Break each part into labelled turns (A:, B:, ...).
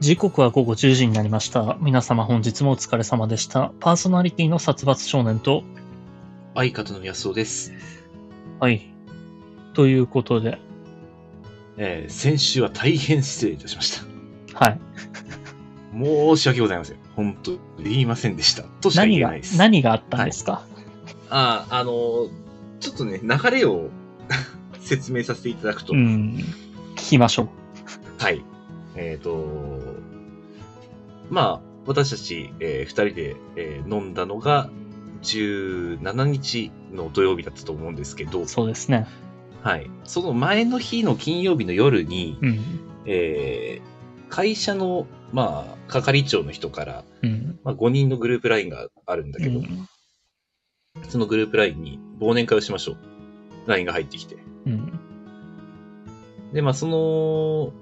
A: 時刻は午後10時になりました。皆様本日もお疲れ様でした。パーソナリティの殺伐少年と、
B: 相方の安尾です。
A: はい。ということで、
B: えー先週は大変失礼いたしました。
A: はい。
B: 申し訳ございません。本当言いませんでした。としか言
A: 何
B: え
A: が
B: ないです。、
A: 何があったんですか、
B: ああ、あのーちょっとね、流れを説明させていただくと、
A: うん。聞きましょう。
B: はい。えっ、と、まあ、私たち、えー二人で、えー飲んだのが、17日の土曜日だったと思うんですけど、
A: そうですね。
B: はい。その前の日の金曜日の夜に、
A: うん。
B: えー会社の、まあ、係長の人から、
A: うん。
B: まあ、5人のグループ LINE があるんだ
A: う
B: けど、
A: ん。
B: そのグループ LINE に忘年会をしましょう。LINE が入ってきて。
A: うん。
B: で、まあ、その、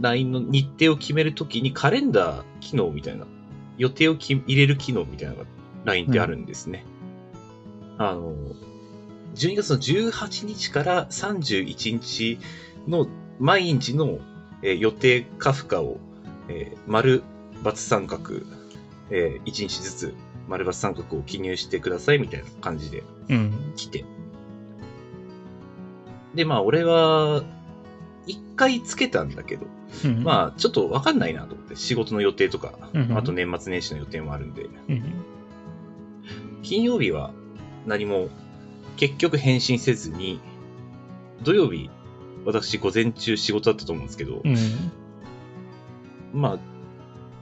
B: LINE の日程を決めるときにカレンダー機能みたいな、予定をき入れる機能みたいなのが LINE ってあるんですね。あの、12月の18日から31日の毎日の、えー予定か不可を、えー丸、×三角、え1日ずつ丸、×三角を記入してくださいみたいな感じで
A: うん。
B: 来て。で、まあ、俺は、一回つけたんだけど、
A: うん。
B: まあ、ちょっとわかんないなと思って、仕事の予定とか
A: うんう、ん
B: あと年末年始の予定もあるんで、
A: うん。
B: 金曜日は何も結局返信せずに、土曜日、私午前中仕事だったと思うんですけど
A: う、ん。
B: まあ、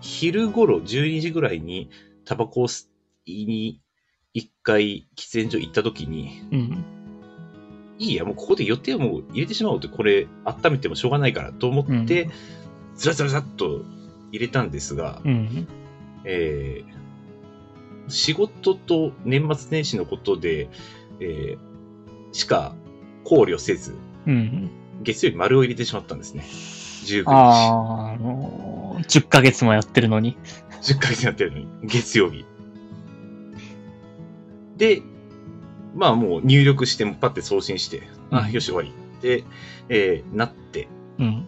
B: 昼頃、12時ぐらいに、タバコを吸いに、一回喫煙所行った時に、
A: うん。
B: いいや、もうここで予定をもう入れてしまおうって、これ、温めてもしょうがないからと思って、ずらずらずらっと入れたんですが、
A: うん。
B: えー仕事と年末年始のことで、えーしか考慮せず、
A: うん。
B: 月曜日丸を入れてしまったんですね。19
A: あー、あのー、10ヶ月もやってるのに。
B: 日。10回になってるのに、月曜日。で、まあもう入力して、パッて送信して、あ、よし終わり。で、えーなって、
A: うん。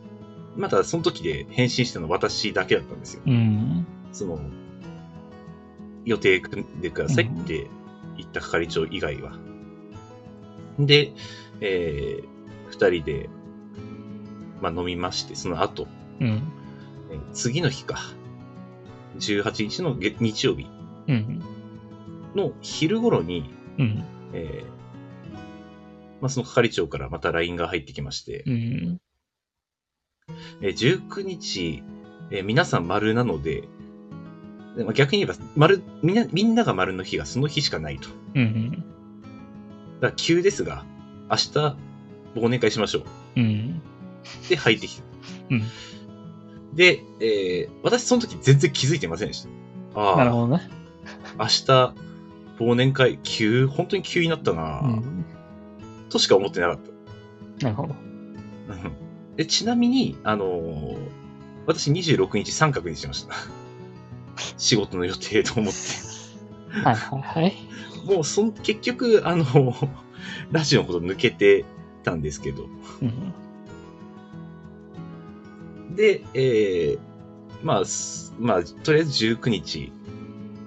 B: まだその時で返信したの私だけだったんですよ。
A: うん。
B: その、予定組んでくださいって言った係長以外は。で、えー二人で、まあ飲みまして、その後、
A: うん。
B: えー次の日か、18日の月日曜日
A: うん。
B: の昼頃に、
A: うん。
B: えーまあその係長からまた LINE が入ってきまして、
A: うん。
B: えー19日、えー皆さん丸なので、でまあ逆に言えば、丸、みんな、みんなが丸の日がその日しかないと。だか
A: うん。
B: ら急ですが、明日、忘年会しましょう。
A: うん。
B: で、入ってきて。
A: うん
B: で、えー私その時全然気づいてませんでした。
A: なる
B: ああ、
A: ほどね。
B: 明日、忘年会、急、本当に急になったな、
A: うん。
B: としか思ってなかった。
A: なるほど。
B: うんでちなみに、あのー私26日三角にしました。 仕事の予定と思って。
A: はいはいはい。
B: もうそん、結局、あの、 ラジオのこと抜けてたんですけど。
A: うん。
B: で、えーまあ、すまあ、とりあえず19日、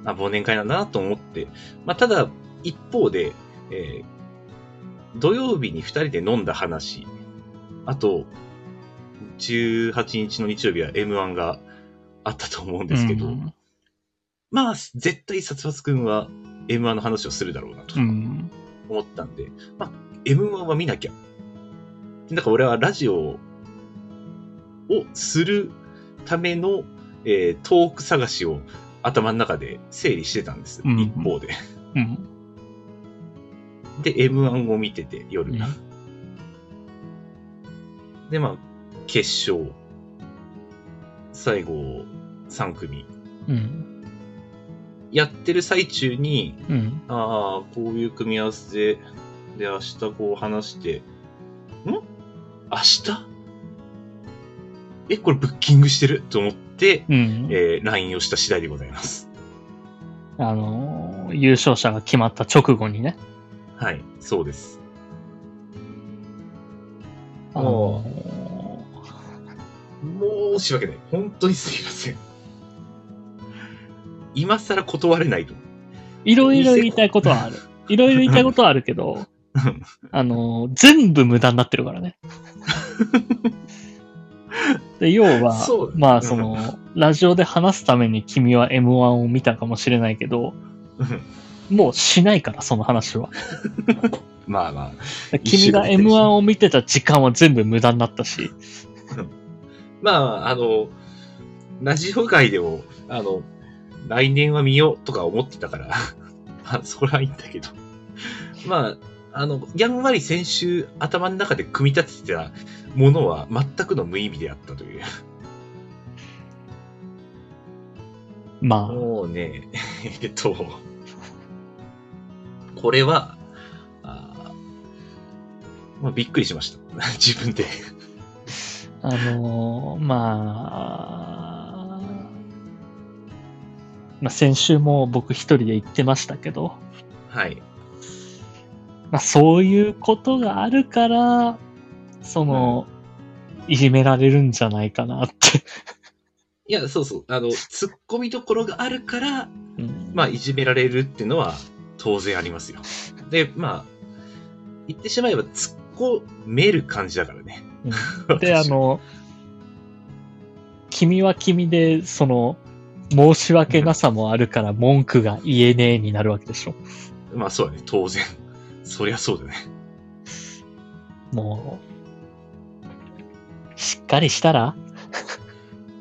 B: あ、忘年会なんだなと思って。まあ、ただ、一方で、えー土曜日に二人で飲んだ話、あと、18日の日曜日は M1 があったと思うんですけど、
A: うん。
B: まあ、絶対殺伐くんは M1 の話をするだろうなと。
A: うん。
B: 思ったんで、まあ、M1 は見なきゃ。だから俺はラジオをするための、えートーク探しを頭の中で整理してたんです。
A: うん
B: 一方で。
A: うん。
B: で、M1 を見てて、夜。
A: うん
B: で、まあ、決勝。最後、3組。
A: うん。
B: やってる最中に、
A: うん。
B: ああ、こういう組み合わせで、で、明日こう話して、ん明日え、これブッキングしてると思って、
A: うん。
B: えー LINE をした次第でございます。
A: あのー、優勝者が決まった直後にね。
B: はい、そうです。
A: あの
B: 申し訳ない。本当にすいません。今更断れないと思
A: いろいろ言いたいことはある。いろいろ言いたいことはあるけど、
B: う。
A: あの、全部無駄になってる からね。で要は
B: そう、
A: まあその、ラジオで話すために君は M1 を見たかもしれないけど、
B: うん
A: もうしないから、その話は。
B: まあまあ。
A: 君が
B: 一緒に見てるし
A: M1 を見てた時間は全部無駄になったし、
B: まあ、あの、ラジオ界でも、あの、来年は見ようとか思ってたから、 まあ、そこらはいいんだけど。まあ、あの、やんわり先週頭の中で組み立ててたものは全くの無意味であったという。
A: まあ、
B: もうね、 えっと、これは、あーまあ、びっくりしました。 自分で。
A: あのーまあ、まあ先週も僕一人で言ってましたけど、
B: はい。
A: まあそういうことがあるから、その、いじめられるんじゃないかなって。
B: いや、そうそう。あの、突っ込みどころがあるから、まあ、いじめられるっていうのは当然ありますよ。で、まあ、言ってしまえば突っ込める感じだからね。
A: うん で、あの、君は君で、その、申し訳なさもあるから文句が言えねえになるわけでしょ。
B: まあ、そうだね。当然。そりゃそうだね。
A: もう、しっかりしたら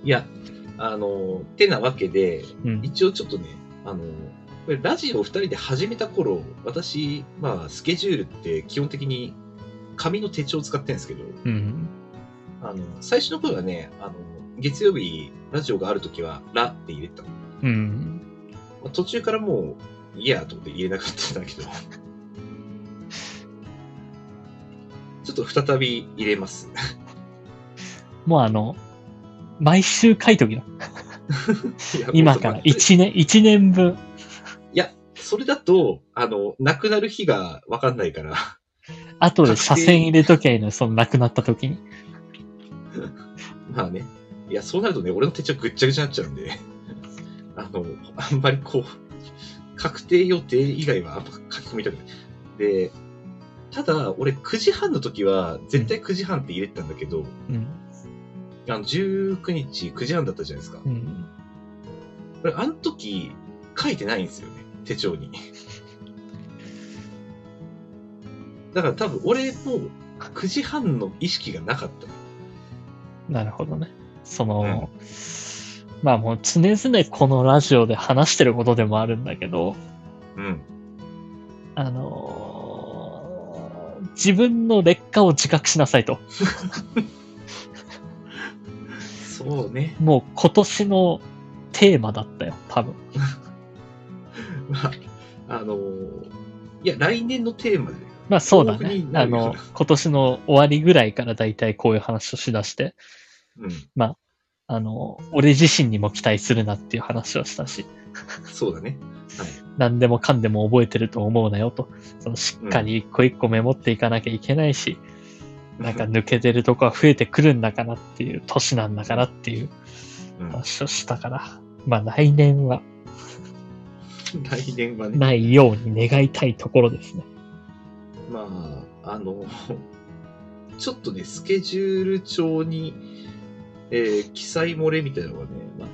B: いや、あの、てなわけで、
A: うん。
B: 一応ちょっとね、あの、これラジオを2人で始めた頃、私、まあ、スケジュールって基本的に紙の手帳を使ってるんですけど、
A: うん。
B: あの、最初の頃はね、あの、月曜日、ラジオがあるときは、ラって入れてたの。
A: うん。
B: まあ途中からもう、いやと思って言えなかったんだけど。 ちょっと再び入れます。
A: もうあの、毎週書いときな。
B: いや
A: 今から
B: もっと待って
A: 1年、一年分。
B: それだと、あの、なくなる日がわかんないから。
A: 後で車線入れときゃいいのよ、その亡くなった時に。
B: まあね。いや、そうなるとね、俺の手帳ぐっちゃぐちゃになっちゃうんで。 あの、あんまりこう、確定予定以外はあんま書き込みたくない。で、ただ、俺9時半の時は、絶対9時半って入れてたんだけど、
A: うん。
B: あの、19日9時半だったじゃないですか。
A: うん。
B: これ、あの時、書いてないんですよね。手帳に。 だから多分、俺もう9時半の意識がなかった。
A: なるほどね。その、まあもう常々このラジオで話してることでもあるんだけど、
B: うん。
A: あのー自分の劣化を自覚しなさいと。
B: そうね。
A: もう今年のテーマだったよ、多分。
B: まあ、あのーいや、来年のテーマで。
A: まあそうだ
B: 豆腐
A: ね
B: に。な
A: あ
B: るから
A: の、今年の終わりぐらいからだいたいこういう話をしだして、
B: うん。
A: あの、俺自身にも期待するなっていう話をしたし、
B: そうだね。
A: 何でもかんでも覚えてると思うなよと、そのしっかり一個一個メモっていかなきゃいけないし、なんか抜けてるとこは増えてくるんだからっていう、年なんだからっていう
B: うん、
A: 話をしたから、まあ来年は
B: 来年はね。
A: ないように願いたいところですね。
B: まあ、あの、 ちょっとね、スケジュール帳に、えー記載漏れみたいなのがね、まあ、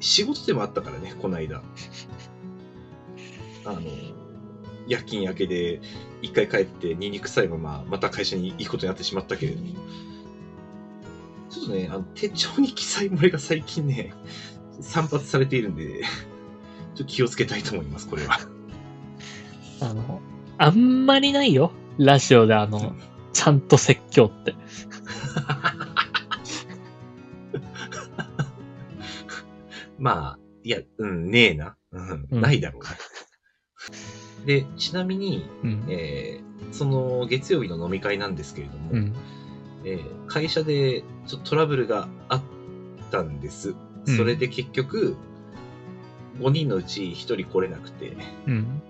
B: 仕事でもあったからね、この間。あの、夜勤明けで、一回帰って、ニンニク臭いまま、また会社に行くことになってしまったけれども、ちょっとね、あの手帳に記載漏れが最近ね、散発されているんで、ちょっと気をつけたいと思います、これは。
A: あの、あんまりないよ。ラジオであの、ちゃんと説教って。
B: まあ、いや、うん、ねえな。うん、
A: うん
B: ないだろうな。で、ちなみに、
A: うん。
B: えーその月曜日の飲み会なんですけれども、
A: うん。
B: えー会社でちょっとトラブルがあったんです。
A: うん
B: それで結局、5人のうち1人来れなくて、
A: うん。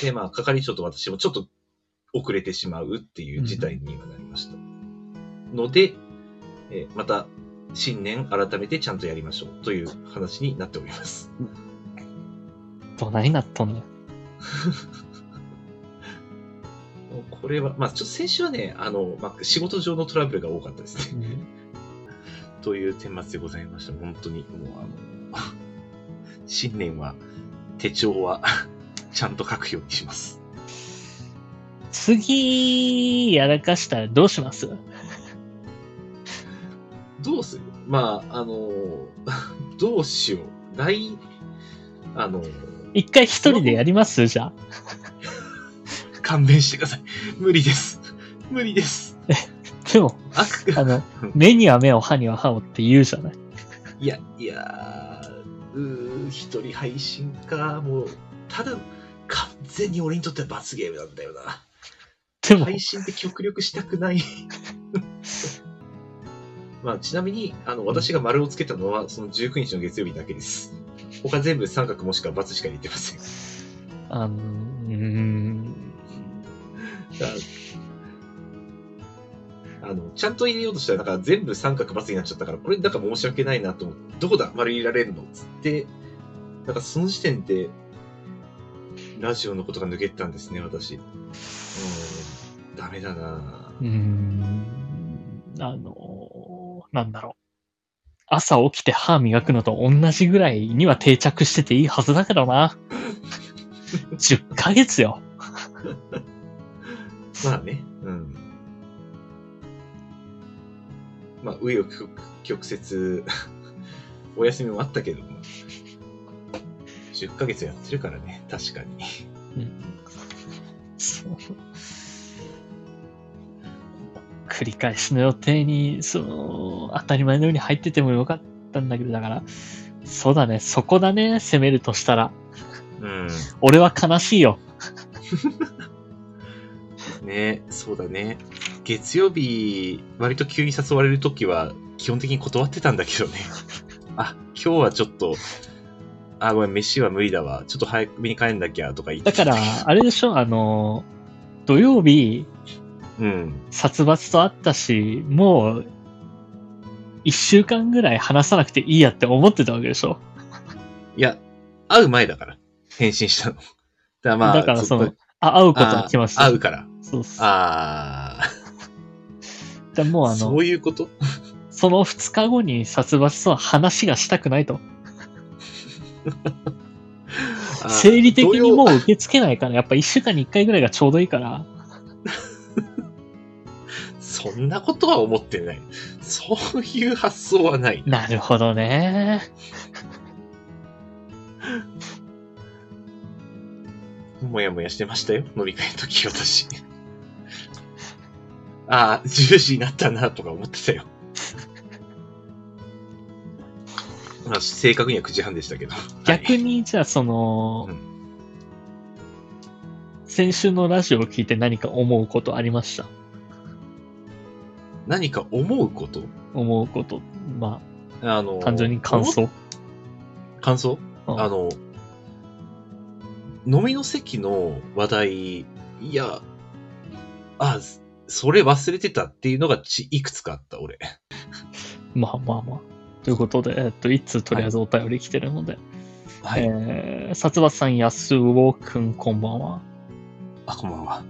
B: で、まあ、係長と私もちょっと遅れてしまうっていう事態にはなりました。ので、えーまた新年改めてちゃんとやりましょうという話になっております。
A: どないなっとんねん。
B: もうこれは、まあ、ちょっと先週はね、あの、まあ、仕事上のトラブルが多かったですね。 という顛末でございました。本当に、もうあの、 新年は、手帳は、 ちゃんと書くようにします。
A: 次、やらかしたらどうします
B: どうするまあ、あの、 どうしよう。来、あの、
A: 一回一人でやりますじゃあ。
B: 勘弁してください。無理です。無理です。
A: でも、
B: あ
A: あの、目には目を、歯には歯をって言うじゃない。
B: いや、いやー、うー、一人配信か、もう、ただ、完全に俺にとっては罰ゲームなんだよな。
A: でも、
B: 配信って極力したくない。 まあ、ちなみに、あの、私が丸をつけたのは、その19日の月曜日だけです。他全部三角もしくは×しか入ってません。
A: あの、うーん、
B: ああの、ちゃんと入れようとしたら、だから全部三角×になっちゃったから、これなんか申し訳ないなと思って、どこだ丸入れられるのつって、なんかその時点で、ラジオのことが抜けてたんですね、私。うん、ダメだな
A: うーん、あの、なんだろう。朝起きて歯磨くのと同じぐらいには定着してていいはずだけどな。10ヶ月よ。
B: まあね、うん。まあ、紆余曲折、 お休みもあったけども、10ヶ月やってるからね、確かに。
A: そう繰り返しの予定に、その、当たり前のように入っててもよかったんだけど、だから、そうだね、そこだね、攻めるとしたら。
B: うん。
A: 俺は悲しいよ。
B: ねそうだね。月曜日、割と急に誘われるときは、基本的に断ってたんだけどね。あ、今日はちょっと、あ、ごめん、飯は無理だわ。ちょっと早めに帰んなきゃとか言って
A: だから、
B: た。
A: あれでしょ、あの、土曜日、
B: うん。
A: 殺伐とあったし、もう、一週間ぐらい話さなくていいやって思ってたわけでしょ。
B: いや、会う前だから、返信したの。だからまあ、
A: だからそ
B: ず
A: の
B: っ、
A: あ、会う
B: と
A: ことは来ました。
B: あ会うから。
A: そうそう。
B: あ
A: じゃあもうあ
B: あ、
A: の
B: そ、ういうこと
A: その2日後に殺伐とは話がしたくないと。
B: あー
A: 生理的にも
B: 土
A: う受け付けないから、やっぱ1週間に1回ぐらいがちょうどいいから、
B: 曜そんなことは思ってない。そういう発想はない。
A: なるほどね。
B: もやもやしてましたよ、飲み会の時、私。 ああ、10時になったな、とか思ってたよ。まあ、正確には9時半でしたけど。
A: 逆
B: はい
A: に、じゃあその
B: う、
A: 先週のラジオを聞いて何か思うことありました
B: 何か思うこと
A: 思うこと。ま
B: あの、
A: あ、単純に感
B: 思
A: 想。
B: っ。感想
A: うん
B: あの、飲みの席の話題、いや、あ、それ忘れてたっていうのがちいくつかあった、俺。
A: まあまあまあ。ということで、えっと、いつとりあえずお便り来てるので、
B: はい。
A: えー、殺伐さん、安尾くん、こんばんは。
B: あ、こんばんは。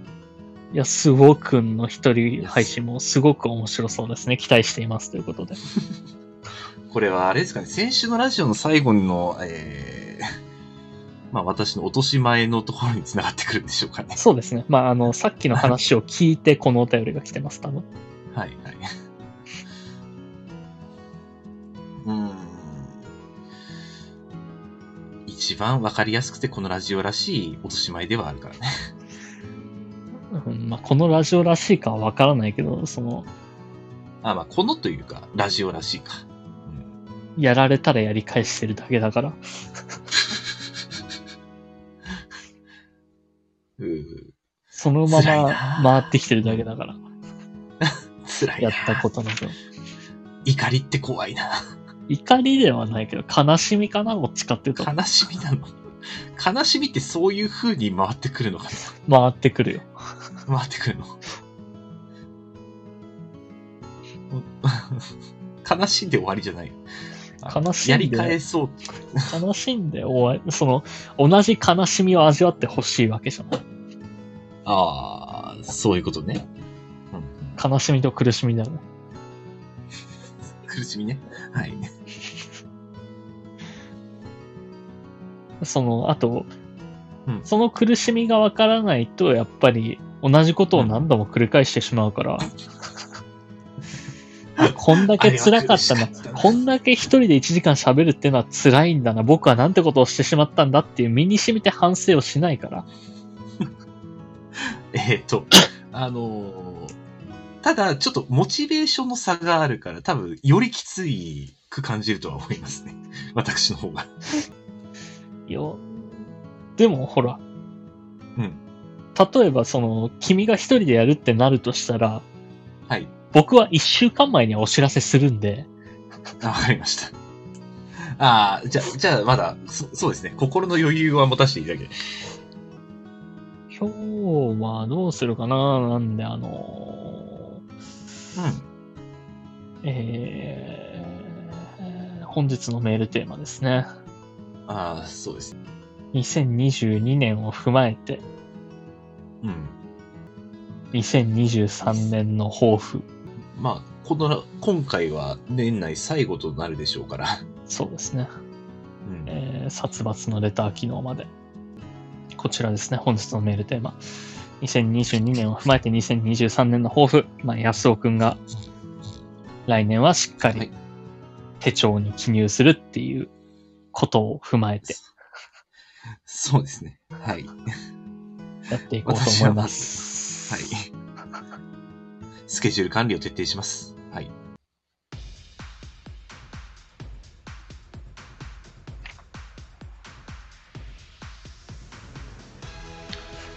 A: いや、すごくんの一人配信もすごく面白そうですね。期待していますということで。
B: これはあれですかね、先週のラジオの最後の、えー、ま あ私の落とし前のところに繋がってくるんでしょうかね。
A: そうですね。まあ、あの、さっきの話を聞いて、このお便りが来てます、多分。
B: はい、はい。うーん。一番わかりやすくてこのラジオらしい落とし前ではあるからね。
A: うん、まあ、このラジオらしいかはわからないけど、その、
B: あ、まあこのというか、ラジオらしいか。うん
A: やられたらやり返してるだけだから。
B: うー
A: そのま
B: 辛い
A: ま
B: な
A: 回ってきてるだけだから。
B: 辛いな。
A: やったことの分。
B: 怒りって怖いな。
A: 怒りではないけど、悲しみかなどっちかっていうと、回
B: 悲しみなの。悲しみってそういう風に回ってくるのかな。
A: ってくるよ。
B: 回ってくるの。 悲しんで終わりじゃない。あ
A: 悲しんで
B: やり返そうっていうか
A: 悲しんで終わり、その、同じ悲しみを味わってほしいわけじゃない。
B: ああ、そういうことね。うん、
A: 悲しみと苦しみだよね。
B: 苦しみね。はい。
A: その、あと、
B: うん
A: その苦しみがわからないと、やっぱり同じことを何度も繰り返してしまうから、 こんだけ辛かった
B: あれは
A: な
B: 苦しかった、な
A: こんだけ一人で1時間喋るってのは辛いんだな、僕はなんてことをしてしまったんだっていう身に染みて反省をしないから、
B: えっと、あのーただ、ちょっとモチベーションの差があるから、多分、よりきついく感じるとは思いますね。私の方が。
A: よ、でもほら、
B: うん
A: 例えばその、君が一人でやるってなるとしたら、
B: はい。
A: 僕は1週間前にはお知らせするんで、
B: あわかりました。ああ、じゃ、じゃあ、まだそ、そうですね。心の余裕は持たせていただけ。
A: 今日はどうするかななんで、あの
B: うん。
A: ー、えー、本日のメールテーマですね。
B: ああ、そうです。
A: 2022年を踏まえて、
B: うん。
A: 2023年の抱負。
B: まあ、この、今回は年内最後となるでしょうから。
A: そうですね。
B: うん。
A: えー殺伐のレター機能まで。こちらですね、本日のメールテーマ。2022年を踏まえて2023年の抱負。まあ、安尾くんが、来年はしっか
B: は
A: り
B: い
A: 手帳に記入するっていうことを踏まえて
B: そうですね。はい。
A: やっていこうと思います。
B: はい。スケジュール管理を徹底します。はい。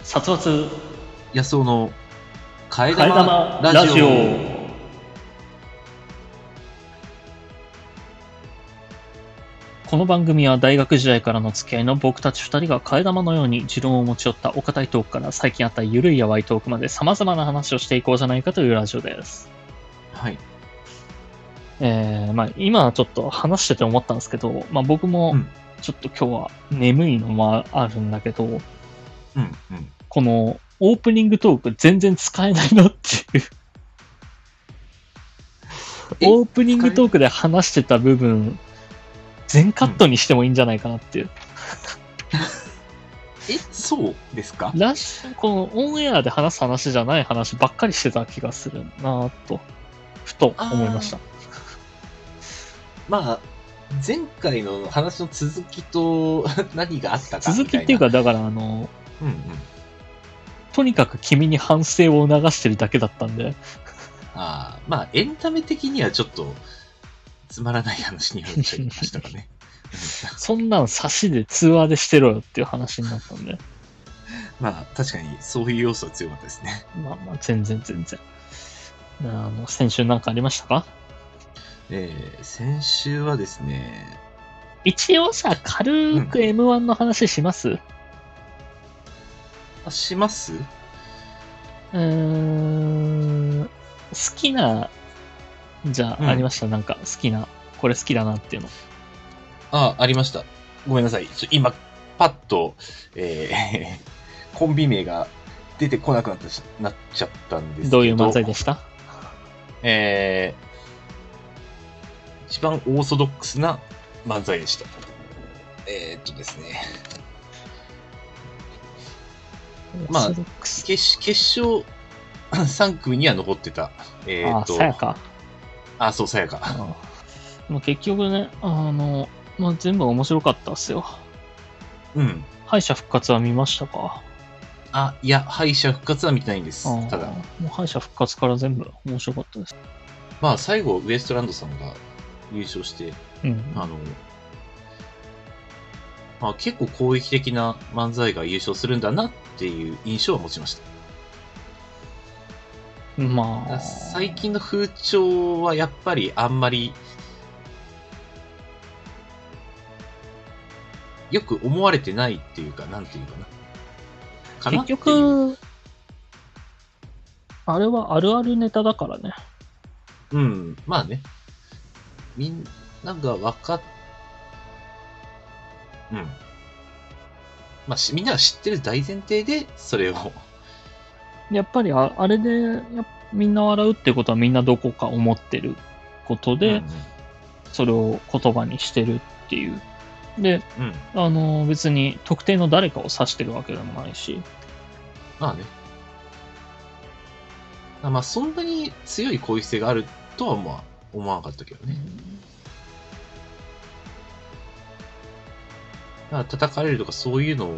A: 殺伐、
B: 安尾の替え
A: 替え
B: 玉
A: 玉
B: ラ
A: ラ
B: ジ
A: ジ
B: オ
A: オ。この番組は大学時代からの付き合いの僕たち二人が替え玉のように持論を持ち寄ったお堅いトークから最近あったゆるいやわいトークまで様々な話をしていこうじゃないかというラジオです。
B: はい。
A: えー、まあ今ちょっと話してて思ったんですけど、まあ僕も
B: うん
A: ちょっと今日は眠いのもあるんだけど、
B: うんうん。
A: このオープニングトーク全然使えないなっていう。
B: え
A: オープニングトークで話してた部分、全カットにしてもいいんじゃないかなっていう。
B: え、そうですか
A: ラッシュ、このオンエアで話す話じゃない話ばっかりしてた気がするなぁと、ふと思いました。
B: まあ、前回の話の続きと 何があったかみたいな。
A: 続きっていうか、だからあの、
B: うんうん。
A: とにかく君に反省を促してるだけだったんで、
B: ああ、まあ、エンタメ的にはちょっと、つまらない話になっちゃいましたか ね。
A: そんなん差しで通話でしてろよっていう話になったんで、
B: まあ、確かにそういう要素は強かったですね。
A: まあまあ、全然全然。あの、先週なんかありましたか
B: えー、先週はですね、
A: 一応さ、軽く M1 の話します、う
B: あ、します
A: ーん、好きな、じゃあ、
B: うん
A: ありましたなんか好きな、これ好きだなっていうの。
B: あ、ありました。ごめんなさい。ちょ今、パッと、えー コンビ名が出てこなくなったしなっちゃったんですけど。
A: どういう漫才でした
B: えー一番オーソドックスな漫才でした。えーっとですね。まあ
A: オーソドックス
B: 決決勝3組には残ってた。えー
A: あ
B: っと、
A: さやか。
B: あ、そう、さやか。
A: でも結局ね、あの、まあ、全部面白かったっすよ。
B: うん。
A: 敗者復活は見ましたか
B: あ、いや、敗者復活は見てないんです
A: あー。
B: ただ、
A: もう敗者復活から全部面白かったです。
B: まあ、最後、ウエストランドさんが優勝して、
A: うん。
B: あの、まあ、結構攻撃的な漫才が優勝するんだなっていう印象は持ちました。
A: まあ。
B: 最近の風潮はやっぱりあんまり、よく思われてないっていうか、なんていうかな。かな
A: 結
B: っていう
A: 局、あれはあるあるネタだからね。
B: うん、まあね。みんなが分かっ、うん。まあし、みんなが知ってる大前提で、それを。
A: やっぱりああれでやっみんな笑うってことはみんなどこか思ってることで、それを言葉にしてるっていう。で、
B: うん、うん。
A: あの別に特定の誰かを指してるわけでもないし、
B: まあね。あまあ、そんなに強い故意性があるとは、まあ、思わなかったけどね。まあ、叩かれるとかそういうの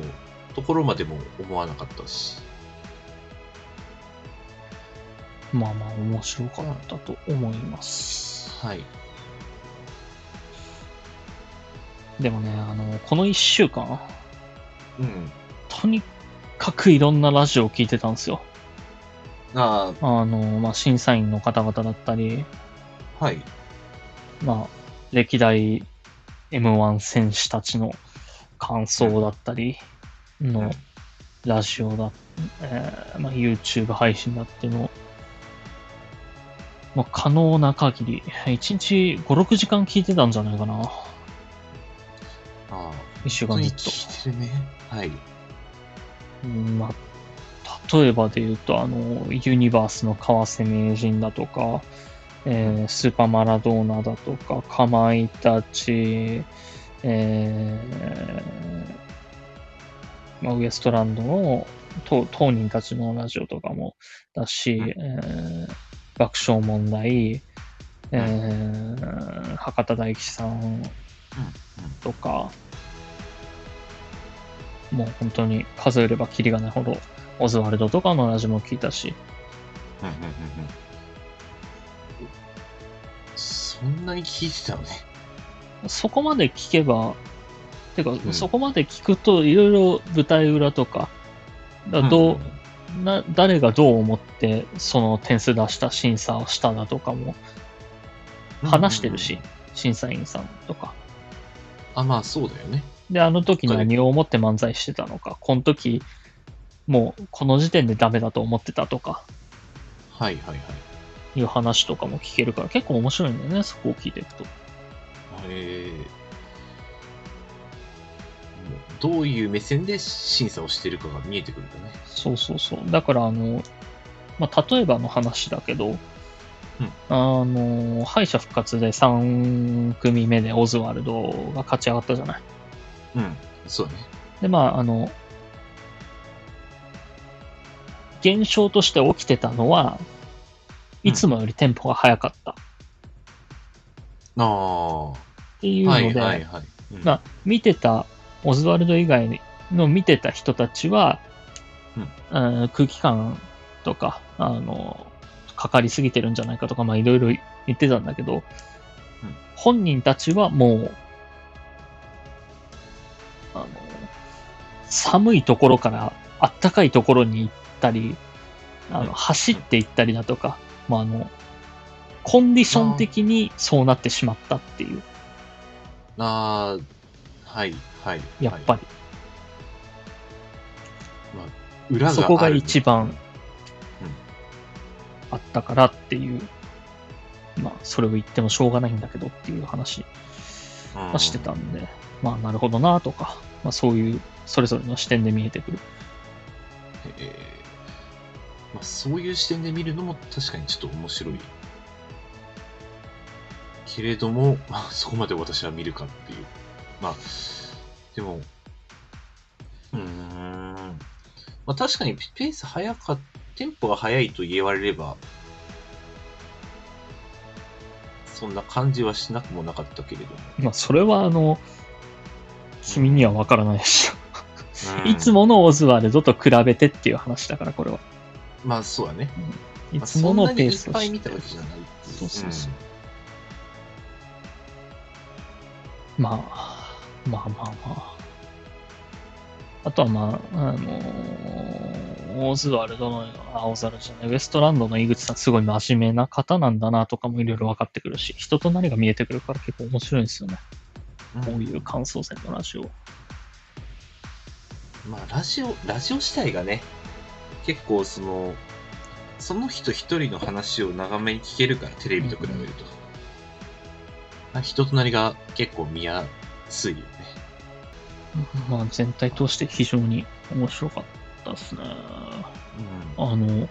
B: ところまでも思わなかったし。
A: まあまあ面白かったと思います。
B: はい。
A: でもね、あの、この1週間、
B: うん。
A: とにかくいろんなラジオを聞いてたんですよ。
B: あ
A: あの、まあ、審査員の方々だったり、
B: あ、はい。
A: まあ、歴代 M1 選手たちの感想だったり
B: う
A: の
B: ん
A: ラジオだ、えーまあ、YouTube 配信だっての、まあ、可能な限り、1日5、6時間聞いてたんじゃないかな。
B: ああ、
A: 1週
B: 本当
A: 間ず
B: に
A: っと。
B: 聞いてるね。はい。
A: うんまあ、例えばで言うと、あの、ユニバースの川瀬名人だとか、えースーパーマラドーナだとか、かまいたち、えーまあ、ウエストランドの当当人たちのラジオとかもだし、
B: うん
A: えー爆笑問題、えー博多大吉さんとか、もう本当に数えればキリがないほど、オズワルドとかのラジオも聞いたし、
B: うんうんうんうんうんそんなに聞いてたのね。
A: そこまで聞けば、てか、
B: ん
A: そこまで聞くといろいろ舞台裏とか、だどう、
B: んんん
A: な誰がどう思ってその点数出した審査をしただとかも話してるし、
B: うんうんうん
A: 審査員さんとか。
B: あ、まあそうだよね。
A: で、あの時
B: そっか
A: 何を思って漫才してたのか、この時、もうこの時点でダメだと思ってたとか、
B: はいはいはい。
A: いう話とかも聞けるから結構面白いんだよね、そこを聞いていくと。
B: えーどういう目線で審査をしてるかが見えてくるんだね。
A: そうそうそう。だから、あの、まあ、例えばの話だけど、あの、敗者復活で3組目でオズワルドが勝ち上がったじゃない。
B: うん。そうだね。
A: で、まあ、あの、現象として起きてたのは、いつもよりテンポが速かったっ
B: ああ。は
A: てい
B: いう
A: ので、
B: はいはい。うん
A: まあ、見てた、オズワルド以外の見てた人たちは、うん空気感とか、あの、かかりすぎてるんじゃないかとか、まあ、いろいろ言ってたんだけど、
B: うん
A: 本人たちはもう、あの、寒いところからあったかいところに行ったり、あ
B: うん
A: の走って行ったりだとか、まあ、あの、コンディション的にそうなってしまったっていう。
B: あーはいはい。
A: やっぱり、
B: り裏がある
A: そこが一番
B: うん
A: あったからっていう、まあ、それを言ってもしょうがないんだけどっていう話
B: うん
A: はしてたんで、まあ、なるほどなとか、まあ、そういう、それぞれの視点で見えてくる。
B: えーまあ、そういう視点で見るのも確かにちょっと面白いけれども、まあ、そこまで私は見るかっていうまあでもうーん、まあ、確かにペース早かテンポが速いと言われればそんな感じはしなくもなかったけれども
A: まあ、それは、あの、君にはわからないでしょ。
B: うん
A: いつものオズワルドと比べてっていう話だから、これは。
B: まあそうだね
A: いつものペース
B: ま
A: を
B: あそんなに
A: 知
B: いっぱい見
A: ったて
B: わけじゃないってい
A: そうそうそうまあ、まあまあまあ。あとはまあ、あのーオズワルドの、あ、オズワルドじゃない、ウエストランドの井口さん、すごい真面目な方なんだなとかもいろいろ分かってくるし、人となりが見えてくるから結構面白いんですよね。
B: うん
A: こういう感想戦のラジオ。
B: まあ、ラジオ、ラジオ自体がね、結構その、その人一人の話を長めに聞けるから、テレビと比べると。あ人となりが結構見やすいよね。
A: まあ、全体通して非常に面白かったですね。あ
B: うん。
A: の、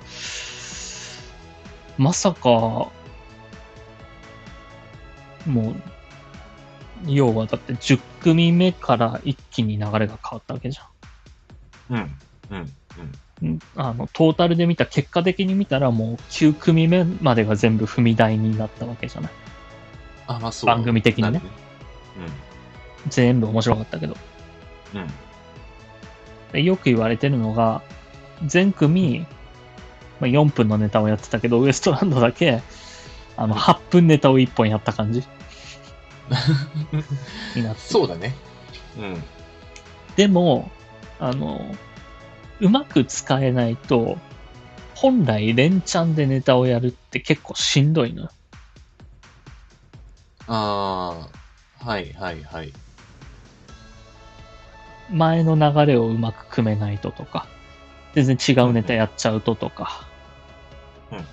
A: まさか、もう、要はだって10組目から一気に流れが変わったわけじゃん。
B: うん。うん。
A: んあの、トータルで見た、結果的に見たらもう9組目までが全部踏み台になったわけじゃない。
B: あ、まあそう。
A: 番組的に
B: なる
A: ね。。全部面白かったけど。
B: うん。うん。
A: でよく言われてるのが、全組、まあ、4分のネタをやってたけど、ウエストランドだけ、あの、8分ネタを1本やった感じになって。
B: そうだね。うん。
A: でも、あの、うまく使えないと、本来連チャンでネタをやるって結構しんどいのよ。
B: ああ、はいはいはい。
A: 前の流れをうまく組めないととか、全然違うネタやっちゃうととか。
B: うんうん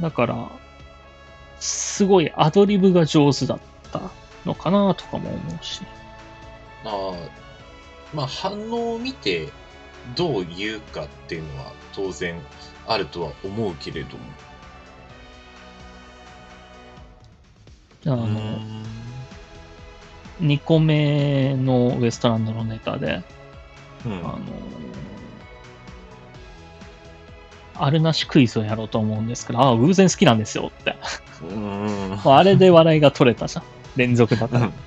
A: だから、すごいアドリブが上手だったのかなとかも思うし。
B: あーまあ反応を見てどう言うかっていうのは当然あるとは思うけれど
A: あ
B: も。
A: の、2個目のウエストランドのネタで、あ
B: うん。
A: の、あるなしクイズをやろうと思うんですけど、ああ、偶然好きなんですよって。
B: うん。うん。
A: まああれで笑いが取れたじゃん。連続だから。
B: そうだね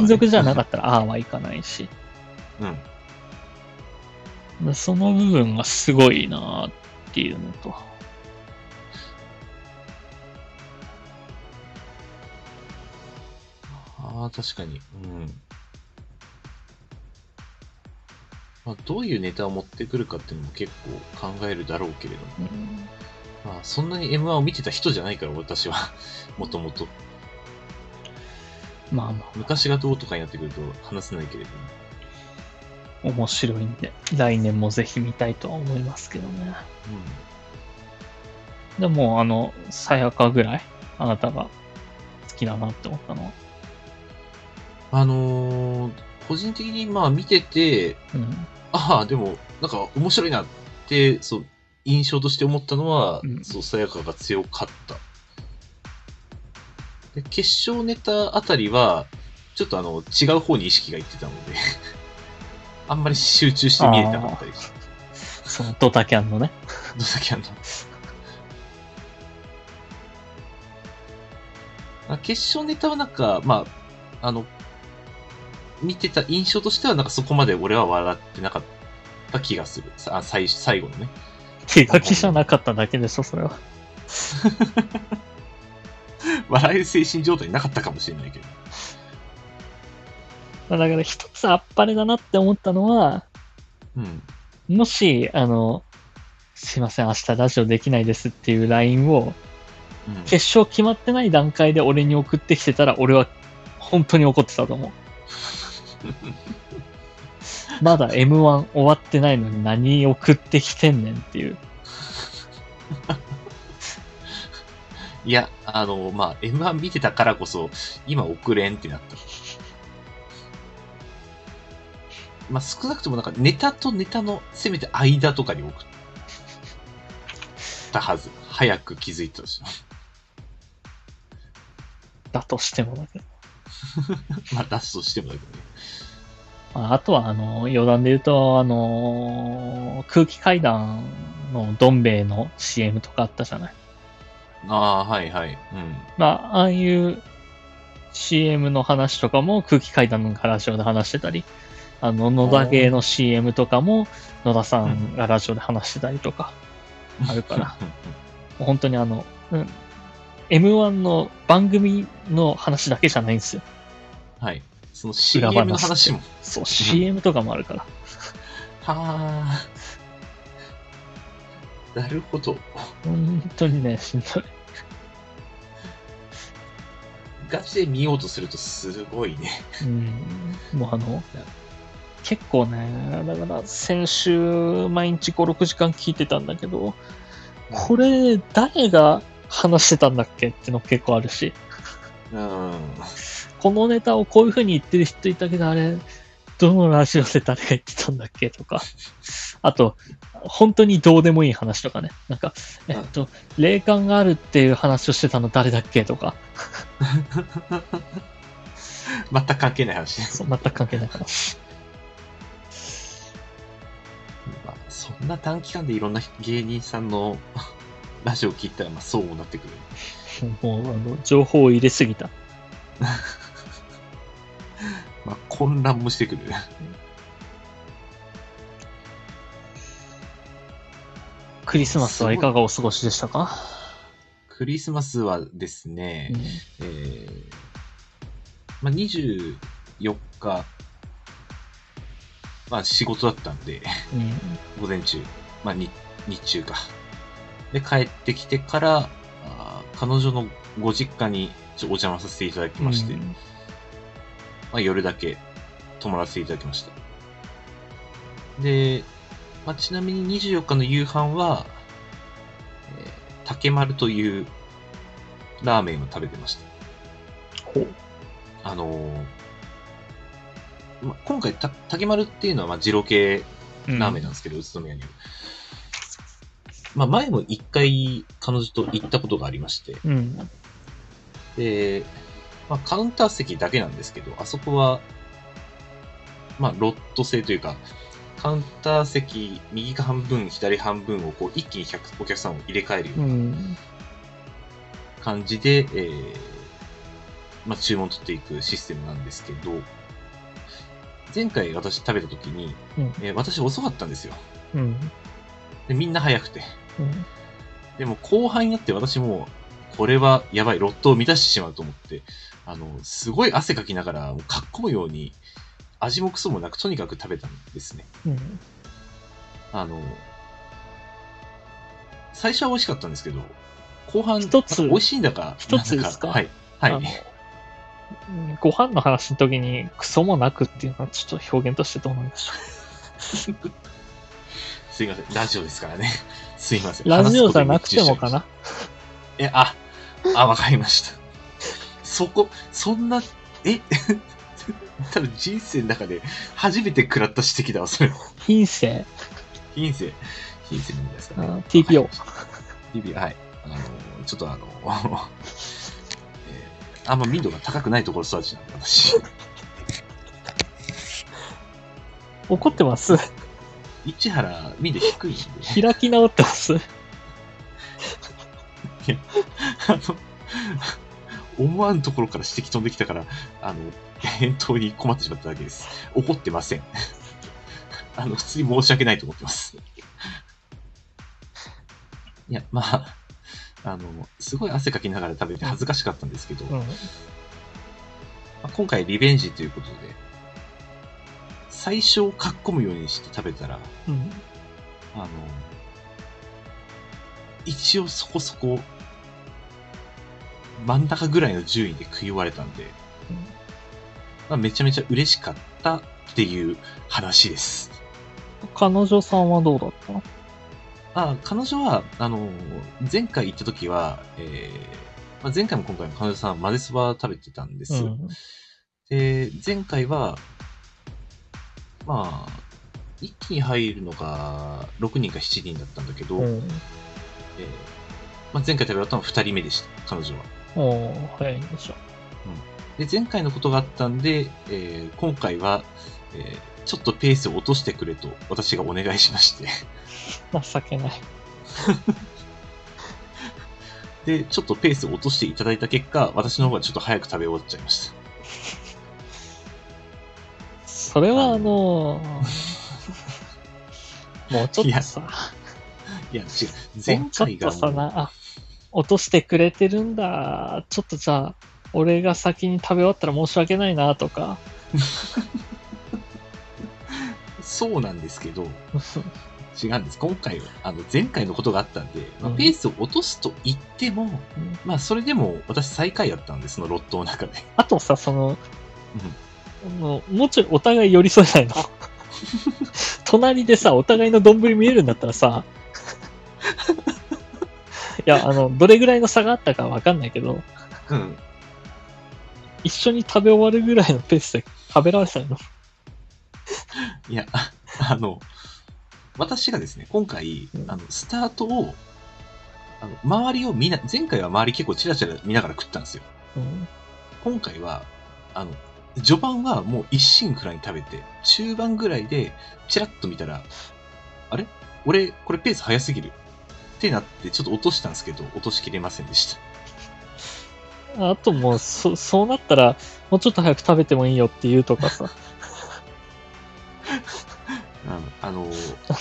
A: 連続じゃなかったら、ああはいかないし。
B: うん。
A: でその部分がすごいなっていうのと。
B: ああ、確かに。うん。まあ、どういうネタを持ってくるかっていうのも結構考えるだろうけれども。
A: うん
B: まあ、そんなに M1 を見てた人じゃないから、私は。もともと。
A: まあま
B: 昔がどうとかになってくると話せないけれども。
A: あ、面白いんで、来年もぜひ見たいとは思いますけどね。でも、あの、さやかぐらい、あなたが好きだなって思ったのは。
B: あのー個人的にまあ見てて、
A: うん。
B: ああ、でも、なんか面白いなって、そう、印象として思ったのは、
A: うん
B: そう、さやかが強かった。で決勝ネタあたりは、ちょっとあの、違う方に意識がいってたので、 あんまり集中して見えてなかったりして、
A: そのドタキャンの ね。
B: どさきあの、あ決勝ネタはなんか、まあ、あの、見てた印象としては、なんかそこまで俺は笑ってなかった気がする。さあ最最後のね。
A: 手書きじゃなかっただけでしょ、それは。
B: 笑える精神状態になかったかもしれないけど。
A: まあだから一つあっぱれだなって思ったのは、
B: うん。
A: もし、あの、すいません、明日ラジオできないですっていう LINE を、
B: うん、
A: 決勝決まってない段階で俺に送ってきてたら、俺は本当に怒ってたと思う。まだ M1 終わってないのに何送ってきてんねんっていう。
B: いや、あの、まあ、M1 見てたからこそ、今遅れんってなった。まあ、少なくともなんかネタとネタのせめて間とかに送ったはず。早く気づいてほしい。
A: だとしてもだけど。
B: まあ、出すとしてもだけどね。
A: まああとは、あの、余談で言うと、あのー空気階段のどん兵衛の CM とかあったじゃない。
B: ああ、はいはい。うん。
A: まあ、ああいう CM の話とかも空気階段のラジオで話してたり、あの、野田芸の CM とかも野田さんがラジオで話してたりとか、あるから、もう本当にあの、うん、M1 の番組の話だけじゃないんですよ。
B: はい。その CM の話も。
A: そう、CM とかもあるから。
B: はあ。なるほど。
A: 本当にね、しんどい。
B: ガチで見ようとするとすごいね。
A: うん、もうあの、結構ね、だから先週毎日5、6時間聞いてたんだけど、これ誰が話してたんだっけっての結構あるし、
B: うん。
A: このネタをこういう風に言ってる人いたけど、あれ、どのラジオで誰が言ってたんだっけとか、あと、本当にどうでもいい話とかね、なんか、えっと、霊感があるっていう話をしてたの誰だっけとか、
B: 全く関係ない話です。
A: そう全く関係ない話。
B: まあそんな短期間でいろんな芸人さんの ラジオを聞いたら、まあそうなってくる。
A: もう、あの、情報を入れすぎた。
B: まあ混乱もしてくる。
A: クリスマスはいかがお過ごしでしたか、
B: クリスマスはですね、
A: うん
B: えーまあ、24日、まあ、仕事だったんで、 午前中、まあ、日日中か。で、帰ってきてから、あー彼女のご実家にちょお邪魔させていただきまして、
A: うん
B: まあ、夜だけ泊まらせていただきました。で、まあ、ちなみに24日の夕飯は、えー竹丸というラーメンを食べてました。
A: ほう
B: あのーまあ今回た、竹丸っていうのは、まあ、二郎系ラーメンなんですけど、宇都宮にある。まあ、前も一回彼女と行ったことがありまして、
A: うん。
B: で、まあ、カウンター席だけなんですけど、あそこは、まあ、ロット制というか、カウンター席右半分、左半分をこう一気に100お客さんを入れ替えるよう
A: う。
B: なん感じで、えーまあ、注文取っていくシステムなんですけど、前回私食べた時に、
A: うん
B: えー私遅かったんですよ。
A: うん。
B: で、みんな早くて。
A: うん。
B: でも後半になって私もう、これはやばい、ロットを満たしてしまうと思って、あの、すごい汗かきながら、もうかっこむように、味もクソもなくとにかく食べたんですね。
A: うん。
B: あの、最初は美味しかったんですけど、後半、
A: 一つ
B: なんか美味しいんだか、
A: 一つですか
B: なんだはい。
A: あ
B: は
A: の
B: い。
A: うんご飯の話の時にクソもなくっていうのはちょっと表現としてどうなんでしょ
B: すいません。ラジオですからね。 すいませ。
A: うんラジオじゃなくてもか
B: 話
A: な
B: すことに熱中しちゃいました。え、あ、あ、わかりました。そこ、そんな、え 多分人生の中で初めて食らった指摘だわ、それ。
A: 品性
B: 人生、人生なんですか
A: うん
B: ね。
A: TPO
B: わかりました。TPO、はい。あの、ちょっとあの、 えーあんま民度が高くないところ育ちなんで、私。
A: 怒ってます
B: 市原、民度低いんで。
A: 開き直ってます
B: あの、 思わぬところから指摘飛んできたから、あの、返答に困ってしまっただけです。怒ってません。 あの、普通に申し訳ないと思ってます。 いや、まあ、あの、すごい汗かきながら食べて恥ずかしかったんですけど、
A: う
B: ま
A: ん
B: あ今回リベンジということで、最初をかっこむようにして食べたら、
A: うん
B: あの、一応そこそこ、真ん中ぐらいの順位で食い終われたんで、
A: うん
B: まあ、めちゃめちゃ嬉しかったっていう話です。
A: 彼女さんはどうだった
B: あ彼女は、あの、前回行った時は、えーまあ、前回も今回も彼女さんは混ぜそば食べてたんです。
A: うん
B: で、前回は、まあ、一気に入るのが6人か7人だったんだけど、
A: うん
B: えーまあ、前回食べ終わったのは2人目でした、彼女は。
A: おー早いんでしょ
B: で、前回のことがあったんで、えー今回は、えーちょっとペースを落としてくれと私がお願いしまして。
A: 情けない
B: で、ちょっとペースを落としていただいた結果、私の方がちょっと早く食べ終わっちゃいました。
A: それはあ
B: あ
A: の もうちょっとさ
B: いや、違う。前回
A: ちょっ
B: が
A: とさ
B: もう
A: な、あ、落としてくれてるんだ。ちょっとじゃあ、俺が先に食べ終わったら申し訳ないなとか。
B: そうなんですけど、違うんです。今回は、あの、前回のことがあったんで、まあ
A: うん
B: ペースを落とすと言っても、まあ、それでも私最下位だったんで、そのロットの中で。
A: あとさ、その、あのもうちょいお互い寄り添えないの。 隣でさ、お互いの丼見えるんだったらさ、 いや、あの、どれぐらいの差があったかわかんないけど、
B: うん。
A: 一緒に食べ終わるぐらいのペースで食べられたの。
B: いや、 ああの、私がですね、今回
A: う、ん
B: あの、スタートを、あの、周りを見な、前回は周り結構チラチラ見ながら食ったんですよ。
A: うん。
B: 今回は、あの、序盤はもう一心くらいに食べて、中盤ぐらいで、チラッと見たら、あれ俺、これペース早すぎる。ってなって、ちょっと落としたんですけど、落としきれませんでした。
A: あともう、そ、そうなったら、もうちょっと早く食べてもいいよって言うとかさ、
B: うんあの、
A: あの
B: しゃ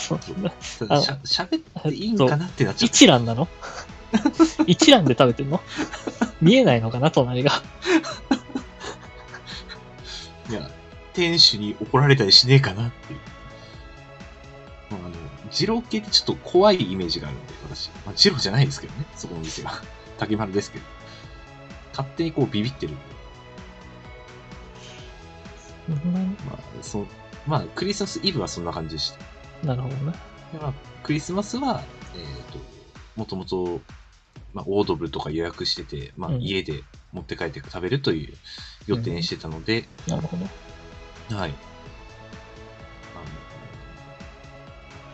B: 喋っていいんかなってなっちゃった。
A: 一蘭なの一蘭で食べてんの見えないのかな、隣が。
B: いや、店主に怒られたりしねえかなっていう。まあ、あの、二郎系ってちょっと怖いイメージがあるんで、私。まあ、二郎じゃないですけどね、そこの店は。 竹丸ですけど。勝手にこうビビってるんで。
A: うん
B: まあ、その、まあ、クリスマスイブはそんな感じでし た。
A: なるほどね。
B: でまあ、クリスマスは、えっ、と、もともと、まあ、オードブルとか予約してて、まあ、
A: うん
B: 家で持って帰って食べるという予定にしてたので、
A: なるほど。
B: はい。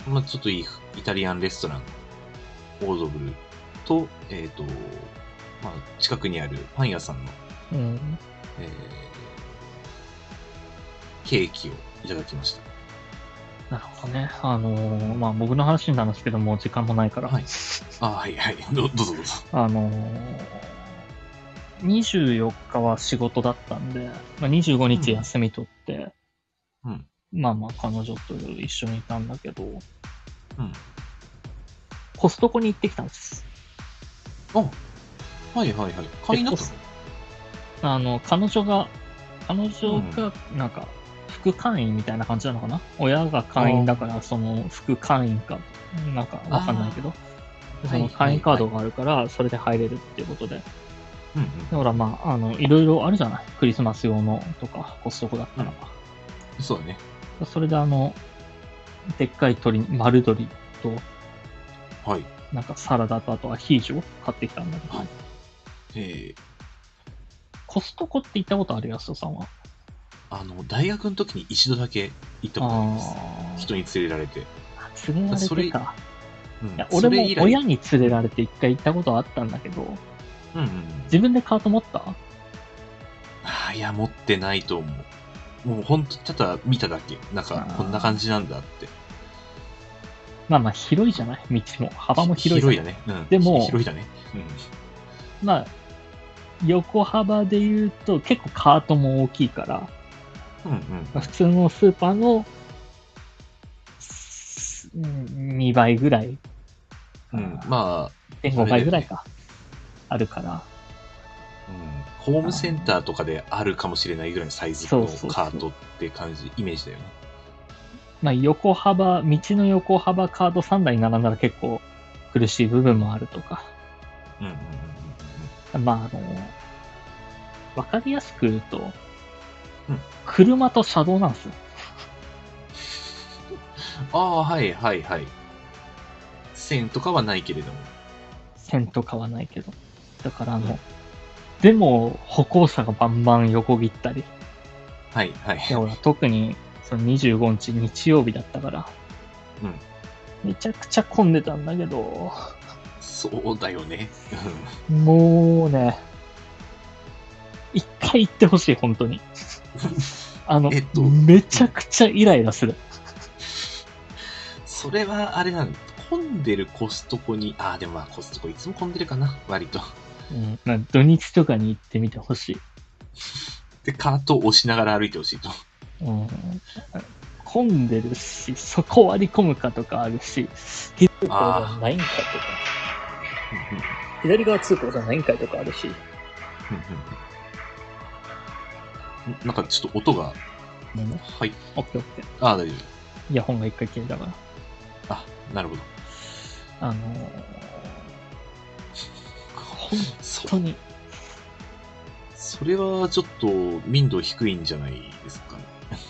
B: あの、まあ、ちょっといいイタリアンレストラン、オードブルと、えっ、と、まあ、近くにあるパン屋さんの、
A: うん。
B: えーケーキをいただきました。
A: なるほどね。あのーまあ、僕の話になるんですけど、もう時間もないから。
B: はいあはいはい。どどうぞどうぞ。
A: あのー、24日は仕事だったんで、まあ、25日休み取って、
B: うん。
A: まあまあ彼女と一緒にいたんだけど、
B: うん。
A: コストコに行ってきたんです。
B: あはいはいはい。買いになったの
A: であの、彼女が、彼女が、なんか、副会員みたいな感じなのかな、親が会員だから、その副会員か、なんかわかんないけど、その会員カード
B: はい
A: があるから、それで入れるっていうことで。
B: はい
A: だからまあ、あの、いろいろあるじゃないクリスマス用のとか、コストコだったら。
B: うんうん。そうだね。
A: それであの、でっかい鳥、丸鶏と、
B: はい。
A: なんかサラダとあとアヒージョを買ってきたんだけど、
B: はいえー、
A: コストコって行ったことあるやすとさんは。
B: あの、大学の時に一度だけ行ったことあります。
A: あ
B: 人に連れられて。
A: ー連れられ
B: それ
A: てか。
B: うん
A: いや、
B: そ
A: 俺
B: れ以
A: も
B: 来
A: 親に連れられて一回行ったことはあったんだけど、
B: うんうんうん。
A: 自分で買うと思った
B: ああ、いや、持ってないと思う。もうほんと、ただ見ただけ。なん
A: あ
B: か
A: ー、
B: こんな感じなんだって。
A: まあまあ広いじゃない道も。幅も広いじゃない
B: だね。うん。
A: でも
B: 広いだね。うん。
A: まあ、横幅で言うと結構カートも大きいから、
B: うんうん。
A: まあ普通のスーパーのすうん2倍ぐらい、
B: うん、ま
A: 1.5倍ぐらいか、あるから、
B: あ、うん、ホームセンターとかであるかもしれないぐらいのサイズ
A: そう
B: の
A: そうそう
B: カートって感じ、イメージだよね。
A: まあ横幅、道の横幅カード3台並んだら結構苦しい部分もあるとか、
B: うんうんうん
A: まああの、わかりやすく言うと、
B: うん
A: 車と車道なんですよ。
B: ああー、はいはいはい。線とかはないけれども。
A: 線とかはないけど。だからあの、でも歩行者がバンバン横切ったり、
B: はいはい。
A: でほら特にその25日日曜日だったから、
B: うん
A: めちゃくちゃ混んでたんだけど、
B: そうだよね。
A: もうね、一回行ってほしい、本当に。あの、
B: えっと
A: めちゃくちゃイライラする。
B: それはあれなの。混んでるコストコに、ああ、でもまあコストコいつも混んでるかな、割と。
A: うん、まあ土日とかに行ってみてほしい。
B: で、カートを押しながら歩いてほし いと。
A: うん、混んでるし、そこ割り込むかとかあるし、左側がないんかとか、左側通行じゃないんかいとかあるし、
B: ん なんかちょっと音が、
A: もうね、
B: はい。
A: オッケーオッケー。
B: ああ、大丈
A: イヤホンが一回消えたから。
B: 夫。あ、なるほど。
A: あのー、本
B: そ
A: 当、に、
B: それはちょっと、民度低いんじゃないですか。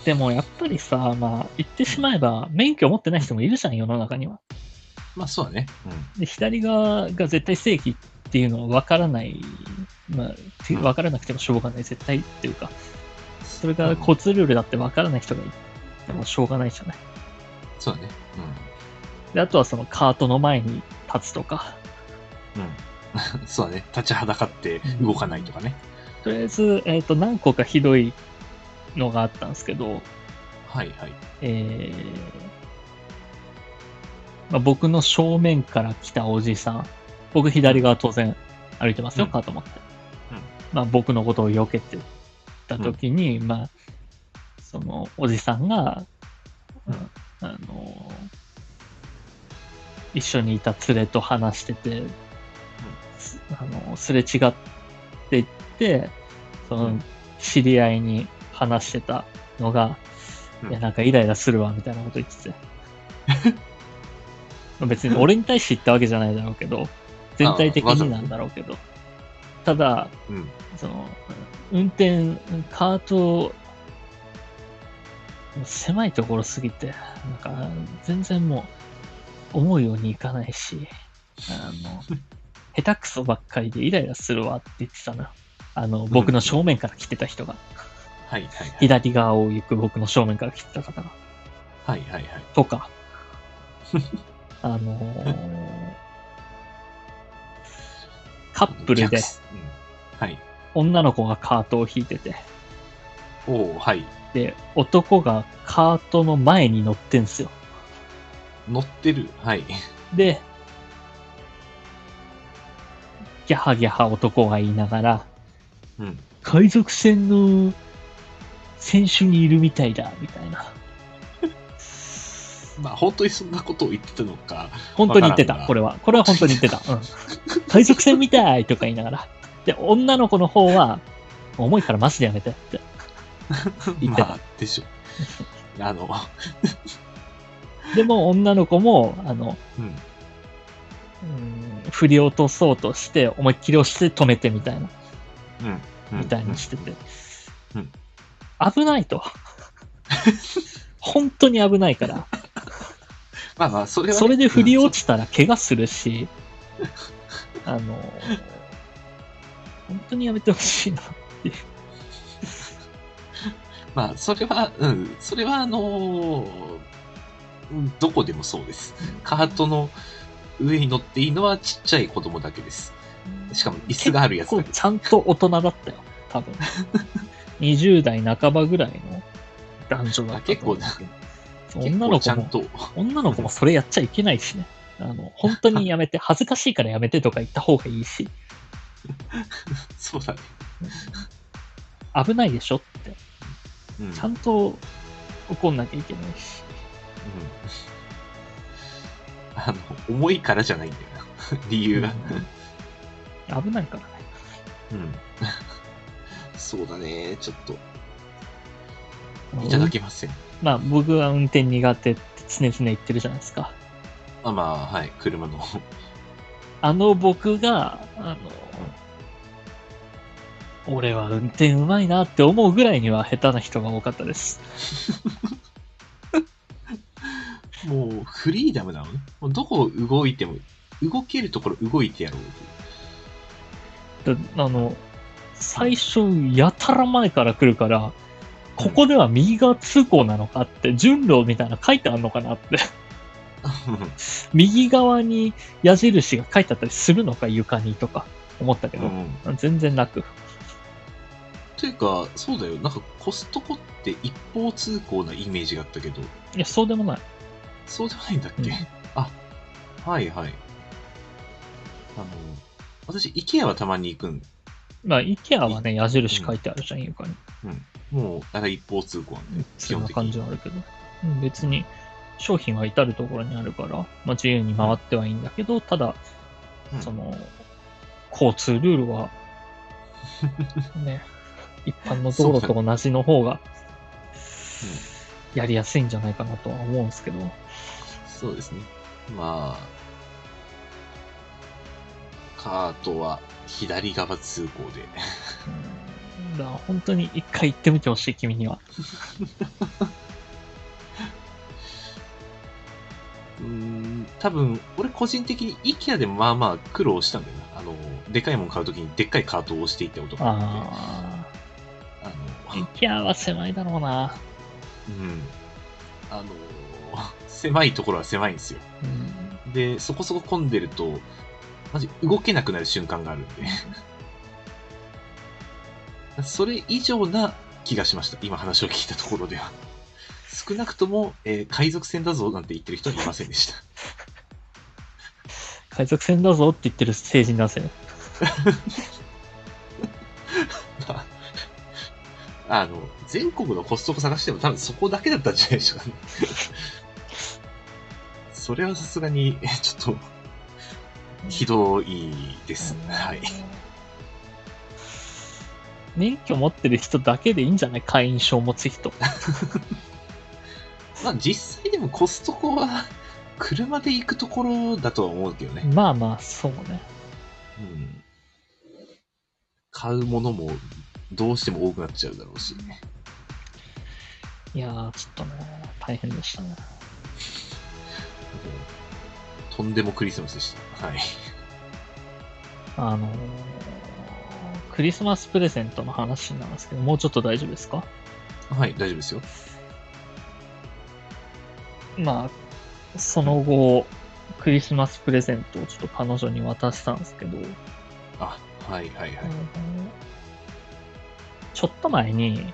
A: でもやっぱりさ、まあ、言ってしまえば、免許持ってない人もいるじゃん、世の中には。
B: まあそうだね。
A: で、左側が絶対正規っていうのは分からない、まあ、て分からなくてもしょうがない、絶対っていうか、それが交通ルールだって分からない人がいてもしょうがないじゃない。
B: そうだね。
A: で、あとはそのカートの前に立つとか、
B: うん。うん。 そうだね。立ちはだかって動かないとかね。
A: とりあえず、えっ、と、何個かひどいのがあったんですけど、
B: はいはい。
A: えーまあ、僕の正面から来たおじさん、僕左側当然歩いてますよ、
B: うん
A: かと思って。
B: うん
A: まあ、僕のことを避けてた時に、まあ、そのおじさんが、
B: うん
A: あの、一緒にいた連れと話してて、すあのすれ違っていって、そうの
B: ん
A: 知り合いに話してたのが、
B: うん
A: いや、なんかイライラするわ、みたいなこと言ってて。まあ 別に俺に対して言ったわけじゃないだろうけど、全体的
B: ああわざ
A: になんだろうけど。ただ、
B: うん。
A: その、運転、カート、狭いところすぎて、なんか、全然もう、思うようにいかないし、あの、下手くそばっかりでイライラするわって言ってたのよ。あの、僕の正面から来てた人が、
B: はいはいはい。
A: 左側を行く僕の正面から来てた方が、
B: はいはいはい。
A: と か、あのーカップルで
B: 逆すうんはい。
A: 女の子がカートを引いてて、
B: おおはい。
A: で、男がカートの前に乗ってんすよ。
B: 乗ってる。はい。
A: で、ギャハギャハ男が言いながら、
B: うん。
A: 海賊船の船首にいるみたいだ、みたいな。
B: まあ本当にそんなことを言ってたの か。
A: 本当に言って
B: わからん
A: た、
B: な
A: これは。これは本当に言ってた。うん。海賊船みたいとか言いながら。で、女の子の方は、重いからマジでやめてって。言ってた
B: まあ、でしょ。あの、
A: でも女の子も、あの、
B: うん。
A: うん振り落とそうとして、思いっきり押して止めてみたいな、
B: うん。うん
A: みたいにしてて。
B: うん
A: 危ないと。 本当に危ないから。
B: まあまあ、それはね、
A: それで振り落
B: ち、
A: ちたら怪我するし、あの、本当にやめてほしいな。
B: まあ、それは、うん、それは、あのーうんどこでもそうです。カートの上に乗っていいのはちっちゃい子供だけです。しかも、椅子があるやつ
A: こ
B: だ
A: う
B: けです。
A: ちゃんと大人だったよ、多 分。20代半ばぐらいの男女だったと思うんだけど。
B: 結
A: 女
B: 構
A: の
B: ち
A: 子
B: ゃん
A: も、
B: と、
A: 女の子もそれやっちゃいけないしね。あの、本当にやめて、 恥ずかしいからやめてとか言った方がいいし、
B: そうだね。
A: 危ないでしょって、
B: うん。
A: ちゃんと怒んなきゃいけないし。
B: うんあの、重いからじゃないんだよな。 理由が。
A: うん危ないからね。
B: うん。 そうだね。ちょっと、いただけません。
A: まあ、僕は運転苦手って常々言ってるじゃないですか。
B: まあまあ、はい。車の。
A: あの僕が、あの、俺は運転うまいなって思うぐらいには下手な人が多かったです。
B: もう、フリーダムなのね。もうどこを動いても、動けるところ動いてやろうという。
A: だあの、最初、やたら前から来るから、ここでは右側通行なのかって、順路みたいなの書いてあるのかなって、右側に矢印が書いてあったりするのか、床にとか思ったけ
B: う
A: ど、
B: ん。
A: 全然なく。
B: というか、そうだよ。なんかコストコって一方通行なイメージがあったけど、
A: いや、そうでもない。
B: そうでもないんだっけ、
A: うん
B: あ、はいはい。あの、私、IKEA はたまに行くん。
A: まあ、IKEA はね、矢印書いてあるじゃん、床に。
B: もう、あれ一方通行なんで、基
A: そん
B: 本
A: な
B: 的に。
A: 感じはあるけど。うん別に、商品は至るところにあるから、まあ、自由に回ってはいいんだけど、ただ、
B: うん
A: その、交通ルール は、ね、一般の道路と同じの方が、やりやすいんじゃないかなとは思うんですけど、
B: そうですね。まあ、カートは左側通行で。
A: うんだから本当に一回行ってみてほしい、君には。
B: うーん、多分、俺個人的に IKEA でもまあまあ苦労したんだよな。あの、でかいもの買うときにでっかいカートを押していったことがあって。
A: ああ。
B: あの、
A: IKEA は狭いだろうな。
B: うん。あの、狭いところは狭いんですよ。
A: うん。
B: で、そこそこ混んでると、マジ動けなくなる瞬間があるんで。 それ以上な気がしました。今話を聞いたところでは。少なくとも、えー海賊船だぞなんて言ってる人はいませんでした。
A: 海賊船だぞって言ってる成人男性。
B: まああの、全国のコストコ探しても多分そこだけだったんじゃないでしょうかね。 それはさすがに、えちょっと、ひどいです。はい。
A: 免許持ってる人だけでいいんじゃない会員証持つ人。
B: まあ実際でもコストコは 車で行くところだとは思うけどね。
A: まあまあ、そうね。
B: うん。買うものもどうしても多くなっちゃうだろうし。
A: いやー、ちょっとね、大変でしたね。
B: とんでもクリスマスでした。はい。
A: あのークリスマスプレゼントの話なんですけど、もうちょっと大丈夫ですか
B: はい、大丈夫ですよ。
A: まあ、その後、クリスマスプレゼントをちょっと彼女に渡したんですけど、
B: あ、はいはいは
A: あ
B: い
A: の。ちょっと前に、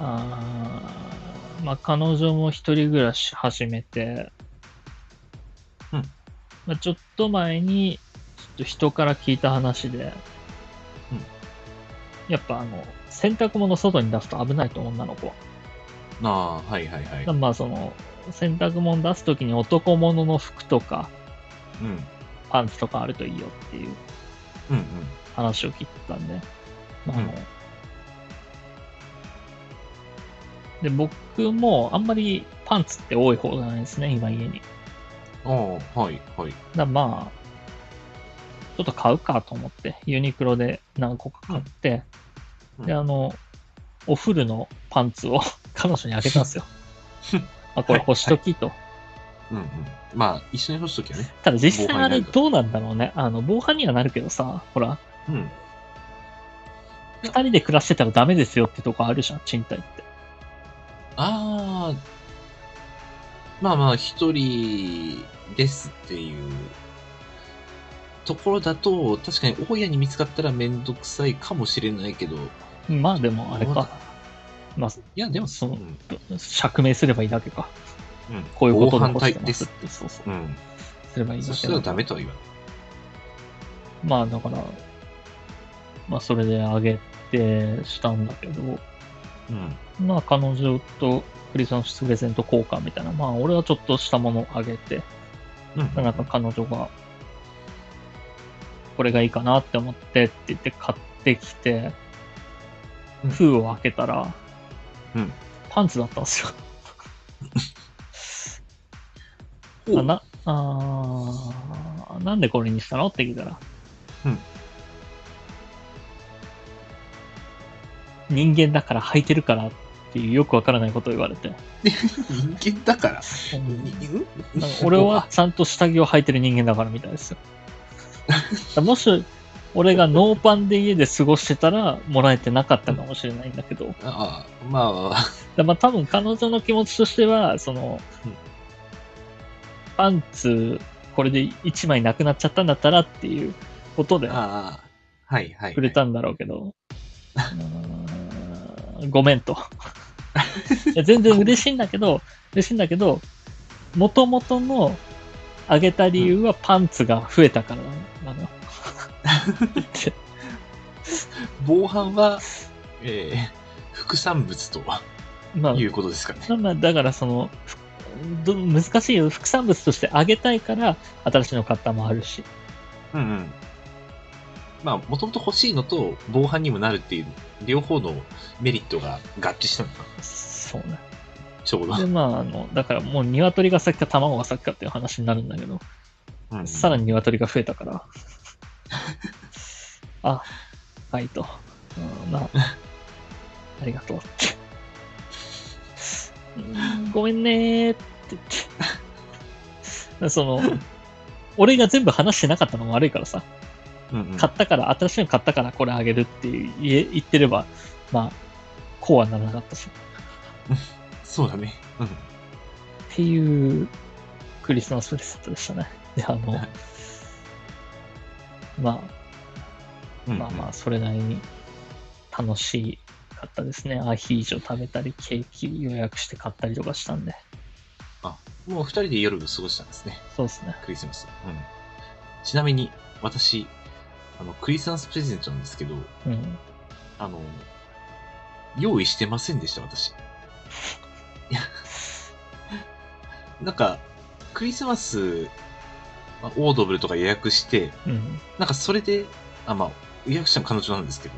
A: あーまあ、彼女も一人暮らし始めて、
B: うん
A: まあ、ちょっと前に、ちょっと人から聞いた話で、
B: うん
A: やっぱあの、洗濯物外に出すと危ないと女の子は。
B: ああ、はいはいはい。
A: だからまあその、洗濯物出すときに男物の服とか
B: うん。うん
A: パンツとかあるといいよっていう
B: うん。
A: 話を聞いてたんで、まああの
B: うん
A: で、僕もあんまりパンツって多い方じゃないですね、今家に。だか
B: ああ、はいはい。
A: らまあ、ちょっと買うかと思って、ユニクロで何個か買って、
B: うん
A: で、あの、おフルのパンツを 彼女にあげたんですよ。あこれ干しときと。
B: うんうん。まあ、一緒に干しときはね。
A: ただ実際あれ
B: 防犯になる
A: どうな
B: から
A: んだろうね。あの、防犯にはなるけどさ、ほら、
B: うん。
A: 二人で暮らしてたらダメですよってとこあるじゃん、賃貸って。
B: ああ、まあまあ、一人ですっていうところだと、確かに大家に見つかったらめんどくさいかもしれないけど、い
A: まあでもあれ
B: そう
A: か
B: だ。
A: まあ、
B: や、でも
A: そう
B: うん
A: 釈明すればいいだけか。
B: うん、
A: こういうこと
B: 防
A: で
B: 犯
A: 起こし
B: 体
A: てま
B: です
A: っ
B: す。
A: て。そうそうう。
B: ん。
A: すればいいだ
B: そし
A: け
B: たら
A: だ
B: ダメとは言わない。
A: まあだから、まあそれであげてしたんだけど、
B: うん。
A: まあ彼女とクリスマスプレゼント交換みたいな、まあ俺はちょっとしたものをあげて、
B: うん。
A: なんか彼女が、これがいいかなって思ってって言って買ってきて
B: うん、
A: 封を開けたら、
B: うん
A: パンツだったんですよ。
B: お
A: あな、あーなんでこれにしたのって聞いたら。
B: うん
A: 人間だから履いてるからっていうよくわからないことを言われて。
B: 人間だから。
A: なん か俺はちゃんと下着を履いてる人間だからみたいですよ。だから もし、俺がノーパンで家で過ごしてたら、もらえてなかったかもしれないんだけど、だか
B: ああ、まあ、
A: らまあ多分彼女の気持ちとしては、その
B: うん、
A: パンツ、これで1枚なくなっちゃったんだったらっていうことで
B: ああ、はいはい。
A: くれたんだろうけど、うーんごめんと。いや全然嬉しいんだけど、嬉しいんだけど、もともとのあげた理由はパンツが増えたからなのよ。
B: 防犯は、えー、副産物とは
A: まあ
B: いうことですかね。
A: まあまあ、だからその、ふど難しいよ。副産物としてあげたいから、新しいの買ったもあるし。
B: うんうん。まあ、もともと欲しいのと、防犯にもなるっていう、両方のメリットが合致したのか、
A: そうね。
B: ちょうど。
A: で、まあ、あの、だからもう鶏が先か卵が先かっていう話になるんだけど、
B: うん
A: さらに鶏が増えたから。 あ、はいと。うん、まあ、ありがとうって。うんごめんねーって言って。 その、俺が全部話してなかったのも悪いからさ、
B: うんうん
A: 買ったから、新しいの買ったからこれあげるって言え言ってれば、まあ、こうはならなかったし。
B: そうだね。うん。
A: っていうクリスマスプレゼントでしたね。で、あの、ま
B: う
A: あ、
B: ん
A: まあまあ、それなりに楽しかったですね。アヒージョ食べたり、ケーキ予約して買ったりとかしたんで。
B: もう二人で夜を過ごしたんですね。
A: そうですね。
B: クリスマス。うん。ちなみに、私、あの、クリスマスプレゼントなんですけど、
A: うん。
B: あの、用意してませんでした、私。いや、なんか、クリスマス、まあオードブルとか予約して、
A: うん。
B: なんかそれで、あ、まあ、予約したの彼女なんですけど、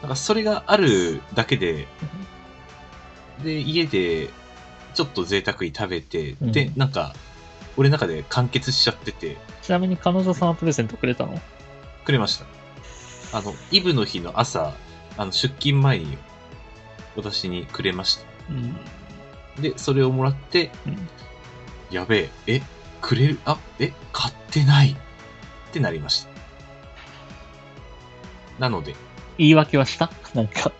B: なんかそれがあるだけで、で、家で、ちょっと贅沢に食べて、
A: うん
B: で、なんか、俺の中で完結しちゃってて、
A: ちなみに彼女さんはプレゼントくれたの
B: くれました。あの、イブの日の朝、あの、出勤前に、私にくれました。
A: うん。
B: で、それをもらって、
A: うん
B: やべえ、え、くれる、あ、え、買ってないってなりました。なので、
A: 言い訳はしたなんか、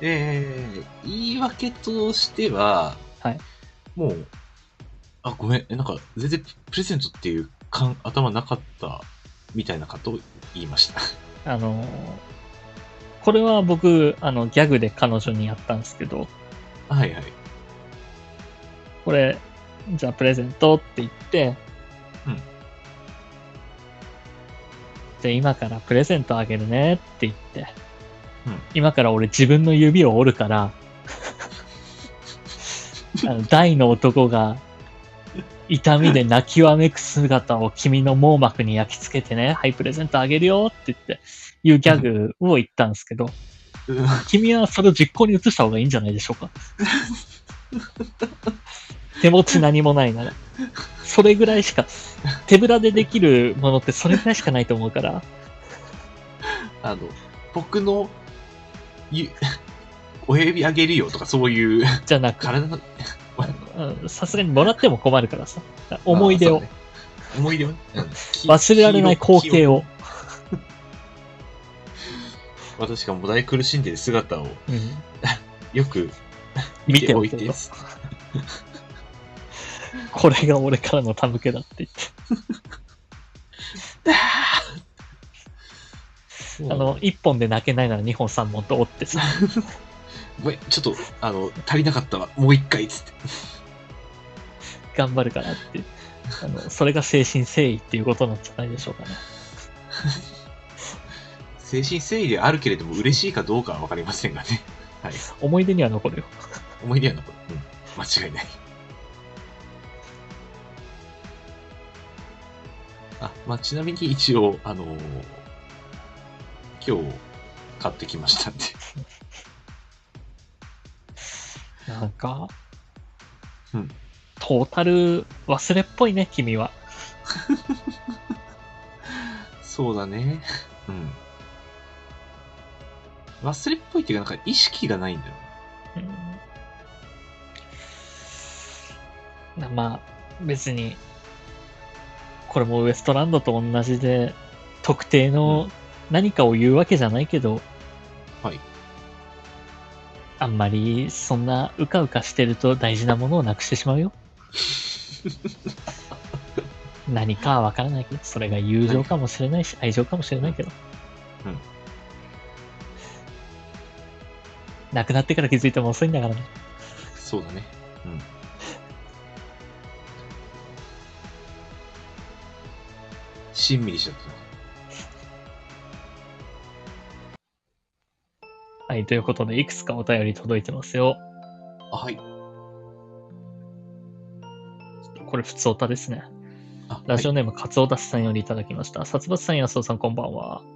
B: えー、言い訳としては、
A: はい
B: もう、あ、ごめん、えなんか、全然プレゼントっていう感、頭なかったみたいなことを言いました。
A: あのーこれは僕、あの、ギャグで彼女にやったんですけど、
B: はいはい。
A: これ、じゃあプレゼントって言って、
B: うん
A: じゃあ今からプレゼントあげるねって言って、
B: うん
A: 今から俺自分の指を折る から、あの大の男が痛みで泣きわめく姿を君の網膜に焼き付けてね、はい、プレゼントあげるよって言って、いうギャグを言ったんですけど、
B: うん
A: 君はそれを実行に移した方がいいんじゃないでしょうか。手持ち何もないなら。それぐらいしか、手ぶらでできるものってそれぐらいしかないと思うから、
B: あの、僕の、ゆ、 親指あげるよとかそういう、
A: じゃなく、
B: 体の、
A: うんさすがにもらっても困るからさ、 思い出を
B: あそう、ね思い出をね、 うん
A: 忘れられない光景。を、
B: 黄色私がもだい苦しんでる姿を
A: うん
B: よく
A: 見て
B: お
A: お
B: い
A: いて
B: て
A: よ。これが俺からの手向けだって言って。あの、1本で泣けないなら2本3本と折って さ、
B: ごめん、ちょっと、あの、足りなかったわ、もう一回、つって。
A: 頑張るからって。あの、それが精神誠意っていうことなんじゃないでしょうかね。
B: 精神誠意であるけれども、嬉しいかどうかはわかりませんがね。 はい。
A: 思い出には残るよ。
B: 思い出やな、これ。うん。間違いない。あ、まあ、ちなみに一応、あのー今日、買ってきましたんで。
A: なんか、
B: うん
A: トータル忘れっぽいね、君は。
B: そうだね。 うん。忘れっぽいっていうか、なんか意識がないんだよ。
A: うんまあ、別に、これもウエストランドと同じで、特定の何かを言うわけじゃないけど、
B: はい
A: あんまりそんなうかうかしてると大事なものをなくしてしまうよ。何かはわからないけど、それが友情かもしれないし、愛情かもしれないけど。
B: うん
A: 亡くなってから気づいても遅いんだからね。
B: そうだね。うん。しんみりしちゃったな。
A: はい、ということで、いくつかお便り届いてますよ。
B: あ、はい。
A: これ、普通おたですね。
B: あ、
A: ラジオ
B: は
A: ネーム、カツオダスさんよりいただきました。殺伐さん、安尾さん、こんばんは。
B: い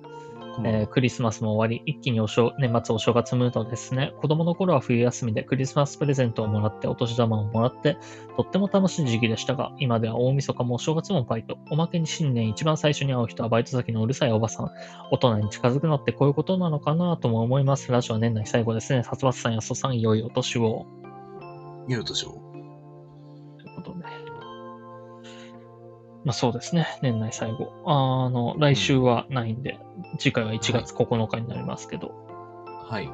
B: 困る
A: えークリスマスも終わり、一気にお正年末お正月ムードですね。子供の頃は冬休みでクリスマスプレゼントをもらって、お年玉をもらって、とっても楽しい時期でしたが、今では大晦日もお正月もバイト。おまけに新年一番最初に会う人はバイト先のうるさいおばさん。大人に近づくのってこういうことなのかなとも思います。ラジオは年内最後ですね。殺伐さん、やそさん、良いお年を。
B: 言うとしょ
A: ということで。まあそうですね。年内最後。あの、来週はないんで、次回は1月9日になりますけど。
B: う。はい。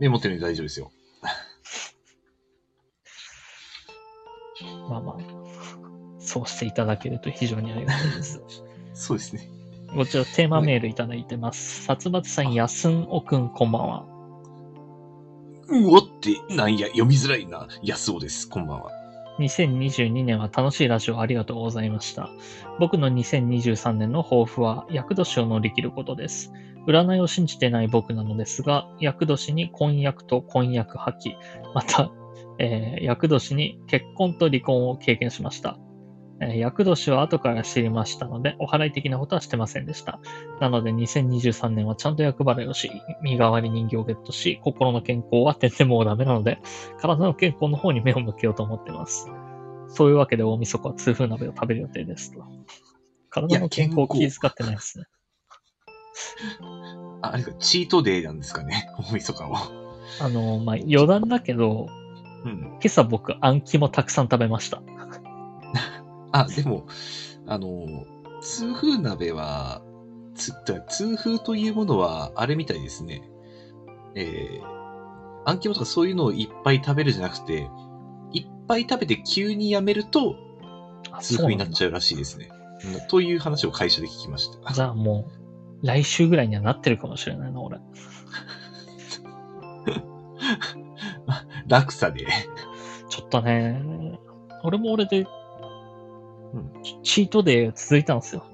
B: メモってるんで大丈夫ですよ。
A: まあまあ、そうしていただけると非常にありがたいです。
B: そうですね。
A: こちらテーマメールいただいてます。殺伐さん、やすんおくん、こんばんは。
B: うおって、なんや、読みづらいな。安尾です。こんばんは。
A: 2022年は楽しいラジオありがとうございました。僕の2023年の抱負は、厄年を乗り切ることです。占いを信じてない僕なのですが、厄年に婚約と婚約破棄、また、えー厄年に結婚と離婚を経験しました。えー厄年は後から知りましたので、お祓い的なことはしてませんでした。なので、2023年はちゃんと厄払いをし、身代わり人形をゲットし、心の健康は点々もうダメなので、体の健康の方に目を向けようと思ってます。そういうわけで大晦日は痛風鍋を食べる予定ですと。体の健康を気遣ってないですね。
B: あ、あれか、チートデーなんですかね。 大晦日は。
A: あの、まあ、余談だけど、
B: うん。
A: 今朝僕、あん肝たくさん食べました。
B: あ、でも、あの、痛風鍋は、つだ痛風というものは、あれみたいですね。えー、あん肝とかそういうのをいっぱい食べるじゃなくて、いっぱい食べて急にやめると、
A: あ、そ
B: 痛
A: う
B: 風に
A: な
B: なんっ
A: だ。
B: ちゃうらしいですね。うんという話を会社で聞きました。
A: じゃあもう、来週ぐらいにはなってるかもしれないな、俺。
B: 落差で。
A: ちょっとね、俺も俺で、
B: ん
A: チチートデー続いたんですよ。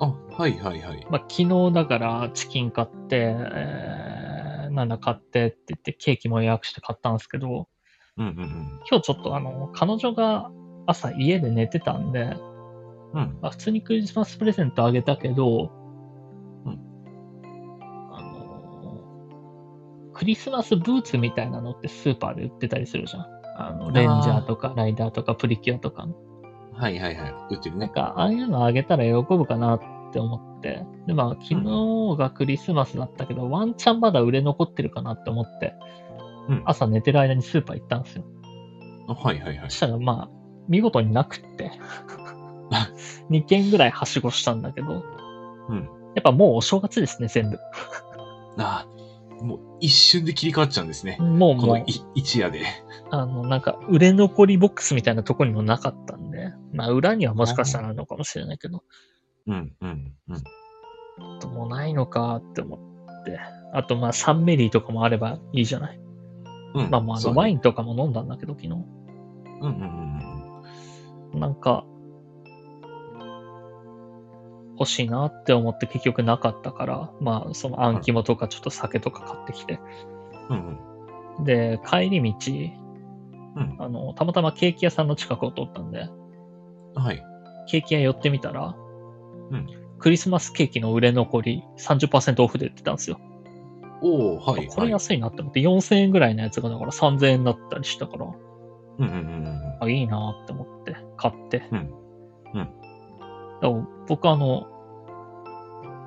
B: あ、はいはいはい。
A: まあ、昨日だからチキン買って、えー、なんだ買ってって言ってケーキも予約して買ったんですけど、
B: うんうん
A: 今日ちょっとあの、彼女が朝家で寝てたんで、
B: うん。うん。
A: まあ、普通にクリスマスプレゼントあげたけど、
B: うん
A: あのー、クリスマスブーツみたいなのってスーパーで売ってたりするじゃん。あの、レンジャーとかライダーとかプリキュアとかの。
B: はいはいはい。売ってる
A: なん
B: ね。
A: か、ああいうのあげたら喜ぶかなって思って。で、まあ、昨日がクリスマスだったけど、ワンチャンまだ売れ残ってるかなって思って、
B: うん。あ、
A: 朝寝てる間にスーパー行ったんですよ。
B: はいはいはい
A: そし。たら、まあ、見事になくって。2軒ぐらいはしごしたんだけど、
B: うん。
A: やっぱもうお正月ですね、全部。
B: ああ、もう一瞬で切り替わっちゃうんですね。
A: もう
B: こ
A: もう
B: のい、一夜で。
A: あの、なんか、売れ残りボックスみたいなとこにもなかったんで、まあ、裏にはもしかしたらあるのかもしれないけど、
B: うんうんうん。
A: ちょっともうないのかって思って。あと、まあ、サンメリーとかもあればいいじゃない。
B: うん、
A: まあまあ、あ
B: そ
A: の
B: う
A: ワイ
B: ン。
A: ンとかも飲んだんだけど、昨日。
B: うんうんうん
A: なんか、欲しいなって思って結局なかったから、まあ、そのあん肝とかちょっと酒とか買ってきて。
B: うん。うん
A: で、帰り道、
B: うん。
A: あの、たまたまケーキ屋さんの近くを通ったんで、
B: うん。はい。
A: ケーキ屋寄ってみたら、
B: うん
A: クリスマスケーキの売れ残り30%オフで売ってたんですよ。
B: おおはい。
A: これ
B: はい、
A: 安いなって思って、4000円ぐらいのやつがだから3000円だったりしたから、
B: うんうんうん
A: あ、いいなって思って、買って。
B: うん。うん。
A: でも僕あの、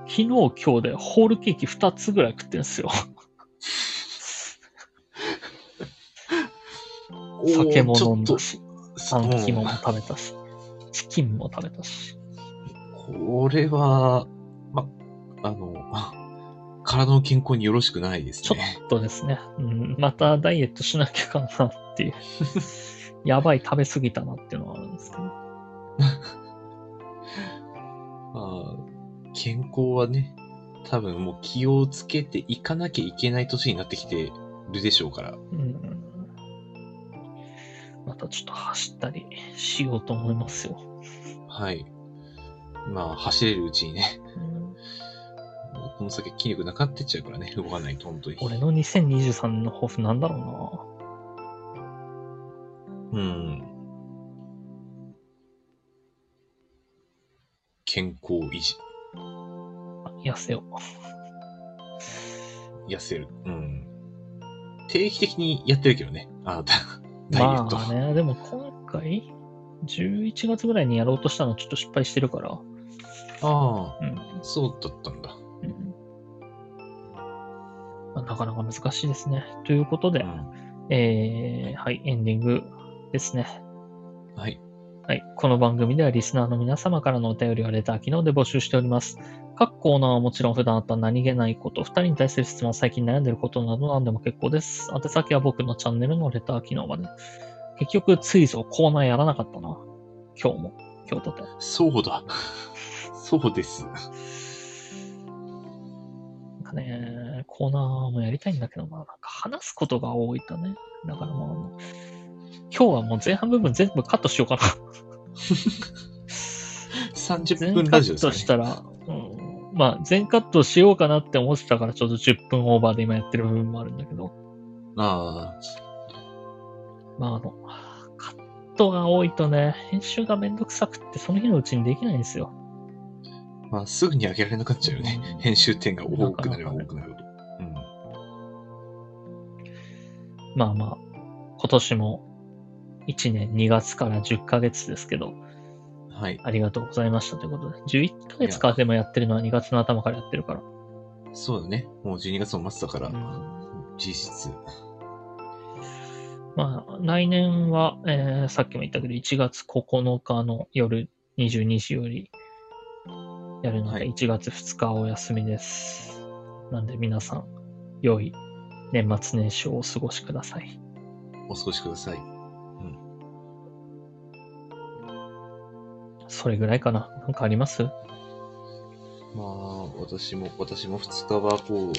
A: 昨日今日でホールケーキ2つぐらい食ってんすよ。
B: おー
A: 酒も
B: ちょ
A: 飲
B: っ
A: ん
B: と
A: だし、
B: そ
A: パンキモ
B: う
A: も食べたし、チキンも食べたし。
B: これは、ま、あの、 体の健康によろしくないです
A: ちょ
B: ね。
A: っとですね、うん、またダイエットしなきゃかなって いう。やばい食べ過ぎたなっていうのはあるんですけど。
B: まあ、健康はね、多分もう気をつけていかなきゃいけない年になってきてるでしょうから。
A: うん。またちょっと走ったりしようと思いますよ。
B: はい。まあ、走れるうちにね、
A: うん
B: もうこの先筋力なくなってっちゃうからね、動かないと本当に。
A: 俺の2023年の抱負なんだろ
B: うん。健康維持。
A: あ痩せよう。
B: 痩せる。うん。定期的にやってるけどね。あなた。ダイエッ
A: ま
B: ト。
A: あね、でも今回、11月ぐらいにやろうとしたのちょっと失敗してるから。
B: あ
A: うん
B: あ、そうだったんだ。
A: うんまあなかなか難しいですね。ということで
B: う、ん
A: えー、はい、エンディングですね。
B: はい。
A: はい。この番組ではリスナーの皆様からのお便りをレター機能で募集しております。各コーナーはもちろん普段あった何気ないこと、二人に対する質問、最近悩んでることなど何でも結構です。宛先は僕のチャンネルのレター機能まで。結局、ついぞコーナーやらなかったな。今日も。今日とて。
B: そうだ。 そうです。
A: なんかね、コーナーもやりたいんだけどな、なんか話すことが多いとね。だからまああの、今日はもう前半部分全部カットしようかな。
B: 30
A: 全
B: 分
A: カ
B: ラジオ
A: ッ
B: ですか、
A: ト
B: ね。
A: したら、うん、まあ、全カットしようかなって思ってたから、ちょっと10分オーバーで今やってる部分もあるんだけど、
B: ああ、
A: まあ、あの、カットが多いとね、編集がめんどくさくって、その日のうちにできないんですよ。
B: まあ、すぐに上げられなくなっちゃうよね。編集点が多くなれば多くなるほど。うん。
A: まあまあ、今年も1年2月から10ヶ月ですけど、
B: はい。
A: ありがとうございましたということで、11ヶ月か、でもやってるのは2月の頭からやってるから。
B: そうだね。もう12月の末だから、
A: うん
B: 実質。
A: まあ、来年は、えーさっきも言ったけど、1月9日の夜22時よりやるの
B: は
A: で、
B: い
A: 1月2日はお休みです。なんで皆さん、良い年末年始をお過ごしください。
B: お過ごしください。
A: それぐらいかな。なんかあります
B: まあ、私も、私も2日はこう、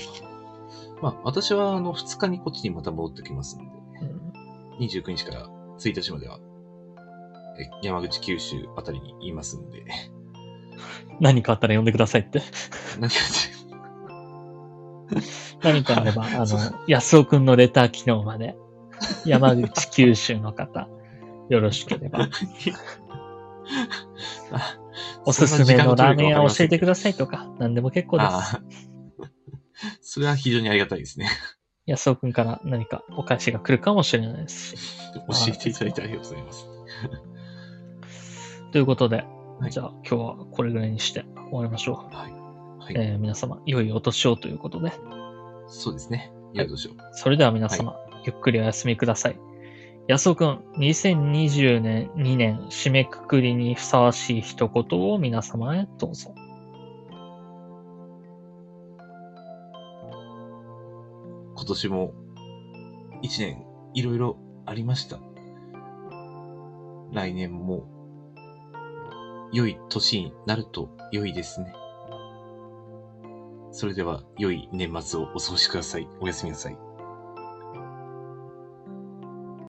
B: まあ、私はあの2日にこっちにまた戻ってきますんで、
A: うん
B: 29日から1日までは、え山口、九州あたりにいますんで、
A: 何かあったら呼んでくださいって。
B: 何か
A: 何かあ れば、あ
B: そ
A: の
B: う、
A: 安尾くんのレター機能まで、山口九州の方、よろしけれ ば、
B: あ
A: おすすめのラーメン屋を教えてくださいとか、何でも結構です。
B: ああ、 それは非常にありがたいで すね。
A: 安尾くんから何かお返しが来るかもしれないですし。
B: 教えていただいてありがとうございます。
A: ということで、
B: はい
A: じゃあ今日はこれぐらいにして終わりましょ
B: はい。は
A: う。
B: い。
A: えー皆様、良いお年をということで、
B: そうですね。いや、どうしよう。
A: それでは皆様、ゆっくりお休みください。安尾くん、2020年2年締めくくりにふさわしい一言を皆様へどうぞ。
B: 今年も一年いろいろありました。来年も良い年になると良いですね。それでは良い年末をお過ごしください。おやすみなさい。